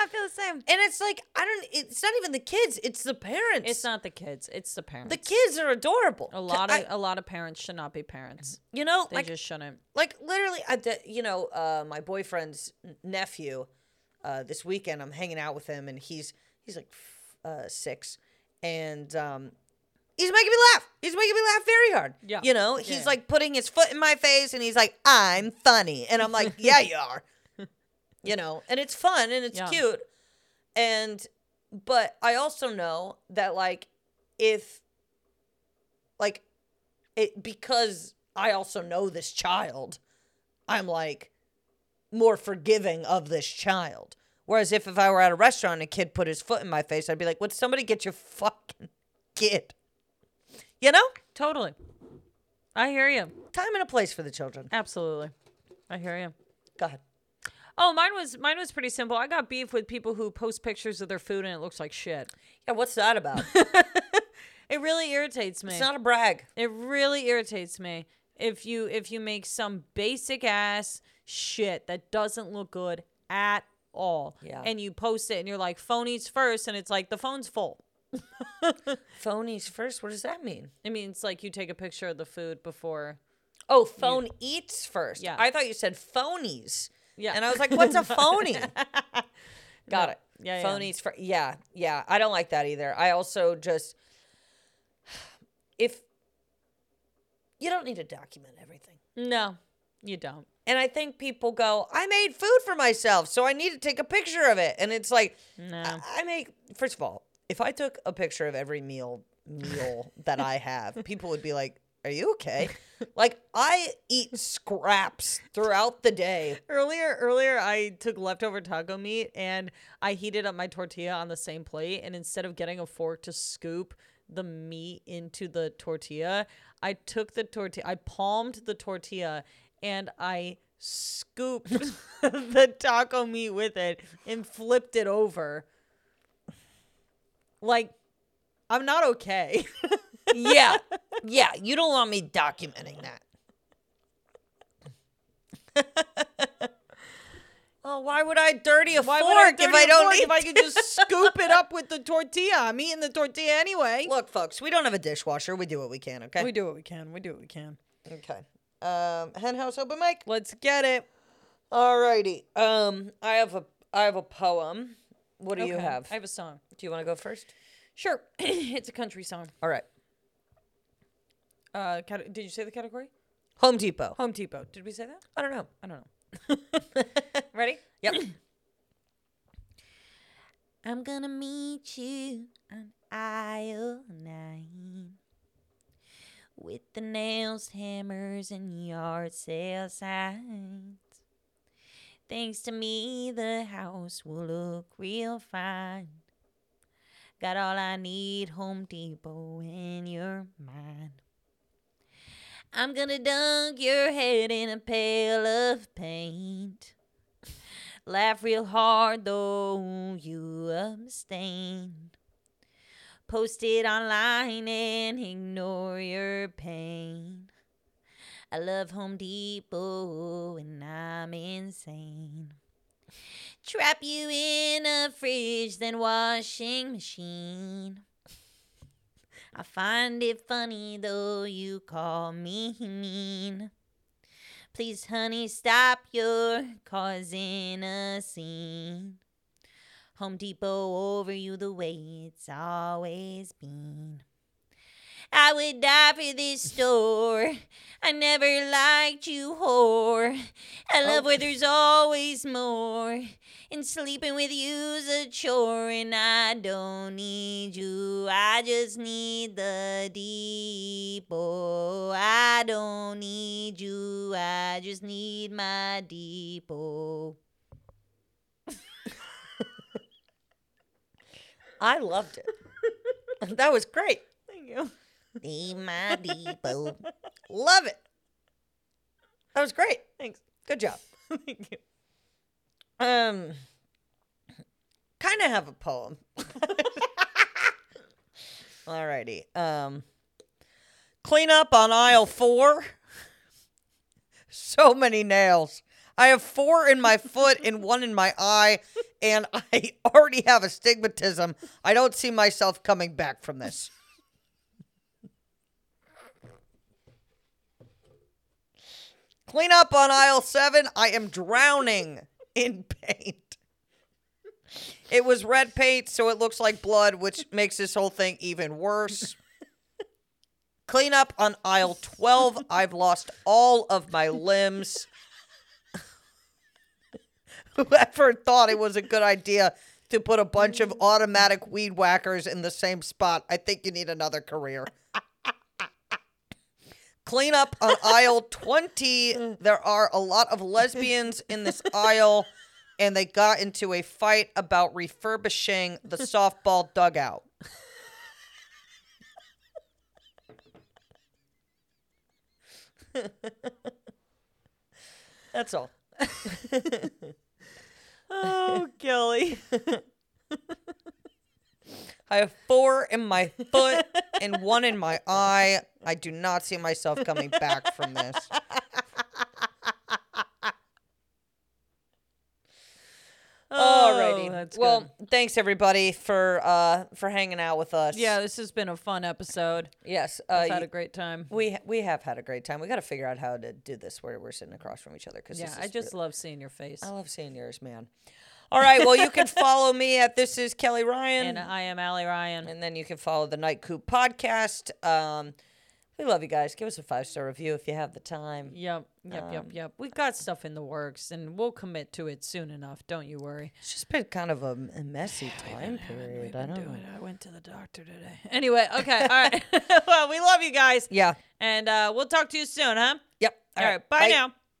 Speaker 2: I feel the same.
Speaker 1: it's like I don't. It's not even the kids. It's the parents.
Speaker 2: It's not the kids. It's the parents.
Speaker 1: the kids are adorable.
Speaker 2: a lot of
Speaker 1: I-
Speaker 2: a lot of parents should not be parents.
Speaker 1: you know,
Speaker 2: They
Speaker 1: like
Speaker 2: just shouldn't.
Speaker 1: like literally I d- you know uh, my boyfriend's n- nephew uh, this weekend i'm hanging out with him and he's he's like f- uh, six and um, he's making me laugh he's making me laugh very hard
Speaker 2: Yeah.
Speaker 1: you know
Speaker 2: Yeah,
Speaker 1: he's
Speaker 2: yeah.
Speaker 1: like putting his foot in my face and he's like i'm funny and i'm like yeah you are you know and it's fun and it's
Speaker 2: Yeah.
Speaker 1: cute and but i also know that like if like it because I also know this child, I'm like more forgiving of this child. Whereas if, if I were at a restaurant and a kid put his foot in my face, I'd be like, would somebody get your fucking kid? You know?
Speaker 2: Totally. I hear you.
Speaker 1: Time and a place for the children.
Speaker 2: Absolutely. I hear you.
Speaker 1: Go ahead.
Speaker 2: Oh, mine was mine was pretty simple. I got beef with people who post pictures of their food and it looks like shit.
Speaker 1: Yeah, what's that about?
Speaker 2: It really irritates me.
Speaker 1: it's not a brag.
Speaker 2: It really irritates me if you if you make some basic ass shit that doesn't look good at all.
Speaker 1: Yeah.
Speaker 2: And you post it and you're like phonies first and it's like the phone's full.
Speaker 1: Phonies first. What does that mean?
Speaker 2: I mean, it's like you take a picture of the food before.
Speaker 1: Oh, phone eats first.
Speaker 2: Yeah.
Speaker 1: I thought you said phonies.
Speaker 2: Yeah.
Speaker 1: And I was like, what's a phony? Got
Speaker 2: No.
Speaker 1: it.
Speaker 2: Yeah, yeah.
Speaker 1: Phonies for yeah, yeah. I don't like that either. I also just if you don't need to document everything.
Speaker 2: No, you don't.
Speaker 1: And I think people go, I made food for myself, so I need to take a picture of it. And it's like
Speaker 2: No.
Speaker 1: I, I make first of all, if I took a picture of every meal meal that I have, people would be like, Are you okay? like I eat scraps throughout the day.
Speaker 2: Earlier, earlier, I took leftover taco meat and I heated up my tortilla on the same plate. And instead of getting a fork to scoop the meat into the tortilla, I took the tortilla, I palmed the tortilla, and I scooped the taco meat with it and flipped it over. Like, I'm not okay.
Speaker 1: yeah. Yeah. You don't want me documenting that. well, why would I dirty a fork
Speaker 2: would I
Speaker 1: if
Speaker 2: dirty
Speaker 1: I
Speaker 2: a
Speaker 1: don't
Speaker 2: fork
Speaker 1: need
Speaker 2: if I could just scoop it up with the tortilla? I'm eating the tortilla anyway.
Speaker 1: Look, folks, we don't have a dishwasher. We do what we can, okay?
Speaker 2: We do what we can. We do what we can.
Speaker 1: okay. Um, henhouse open mic.
Speaker 2: Let's get it.
Speaker 1: Alrighty. Um, I have a I have a poem. What do you
Speaker 2: Okay,
Speaker 1: have?
Speaker 2: I have a song.
Speaker 1: do you want to go first?
Speaker 2: Sure. it's a country song.
Speaker 1: All right.
Speaker 2: Uh, cate- did you say the category?
Speaker 1: Home Depot.
Speaker 2: Home Depot. Did we say that?
Speaker 1: I don't know.
Speaker 2: I don't know. Ready?
Speaker 1: Yep.
Speaker 2: I'm gonna meet you on aisle nine. with the nails, hammers, and yard sale signs. Thanks to me, the house will look real fine. Got all I need, Home Depot, and you're mine. I'm gonna dunk your head in a pail of paint. Laugh real hard though you abstain. Post it online and ignore your pain. I love Home Depot and I'm insane. Trap you in a fridge, then washing machine. I find it funny though you call me mean. Please, honey, stop your causing a scene. Home Depot over you the way it's always been. I would die for this store. I never liked you, whore. I love
Speaker 1: Oh.
Speaker 2: where there's always more. And sleeping with you's a chore, and I don't need you. I just need the depot. I don't need you. I just need my depot.
Speaker 1: I loved it. that was great.
Speaker 2: Thank you.
Speaker 1: Need my depot. Love it. That was great.
Speaker 2: Thanks.
Speaker 1: Good job.
Speaker 2: Thank you.
Speaker 1: Um, kind of have a poem. Alrighty. Um, clean up on aisle four. So many nails. I have four in my foot and one in my eye, and I already have astigmatism. I don't see myself coming back from this. Clean up on aisle seven. I am drowning in paint. It was red paint, so it looks like blood, which makes this whole thing even worse. Clean up on aisle 12. I've lost all of my limbs. Whoever thought it was a good idea to put a bunch of automatic weed whackers in the same spot, I think you need another career. Clean up on aisle 20. There are a lot of lesbians in this aisle, and they got into a fight about refurbishing the softball dugout. That's all.
Speaker 2: Oh, Gilly.
Speaker 1: I have four in my foot and one in my eye. I do not see myself coming back from this. Alrighty.
Speaker 2: Oh, that's
Speaker 1: well,
Speaker 2: good.
Speaker 1: thanks everybody for uh for hanging out with us.
Speaker 2: yeah, this has been a fun episode.
Speaker 1: Yes.
Speaker 2: I've
Speaker 1: Uh,
Speaker 2: had
Speaker 1: you-
Speaker 2: a great time.
Speaker 1: we we have had a great time. We got to figure out how to do this where we're sitting across from each other because
Speaker 2: Yeah, I just love seeing your face.
Speaker 1: I love seeing yours, man. All right. Well, you can follow me at this is Kelly Ryan,
Speaker 2: and uh, I am Allie Ryan.
Speaker 1: and then you can follow the Night Coop podcast. Um, we love you guys. Give us a five star review if you have the time.
Speaker 2: Yep, yep, yep, yep. We got stuff in the works, and we'll commit to it soon enough. Don't you worry.
Speaker 1: It's just been kind of a, a messy time period. I don't know.
Speaker 2: I went to the doctor today. Anyway, okay, all right. well, we love you guys,
Speaker 1: Yeah.
Speaker 2: and uh, we'll talk to you soon, huh?
Speaker 1: Yep.
Speaker 2: all right, bye, now.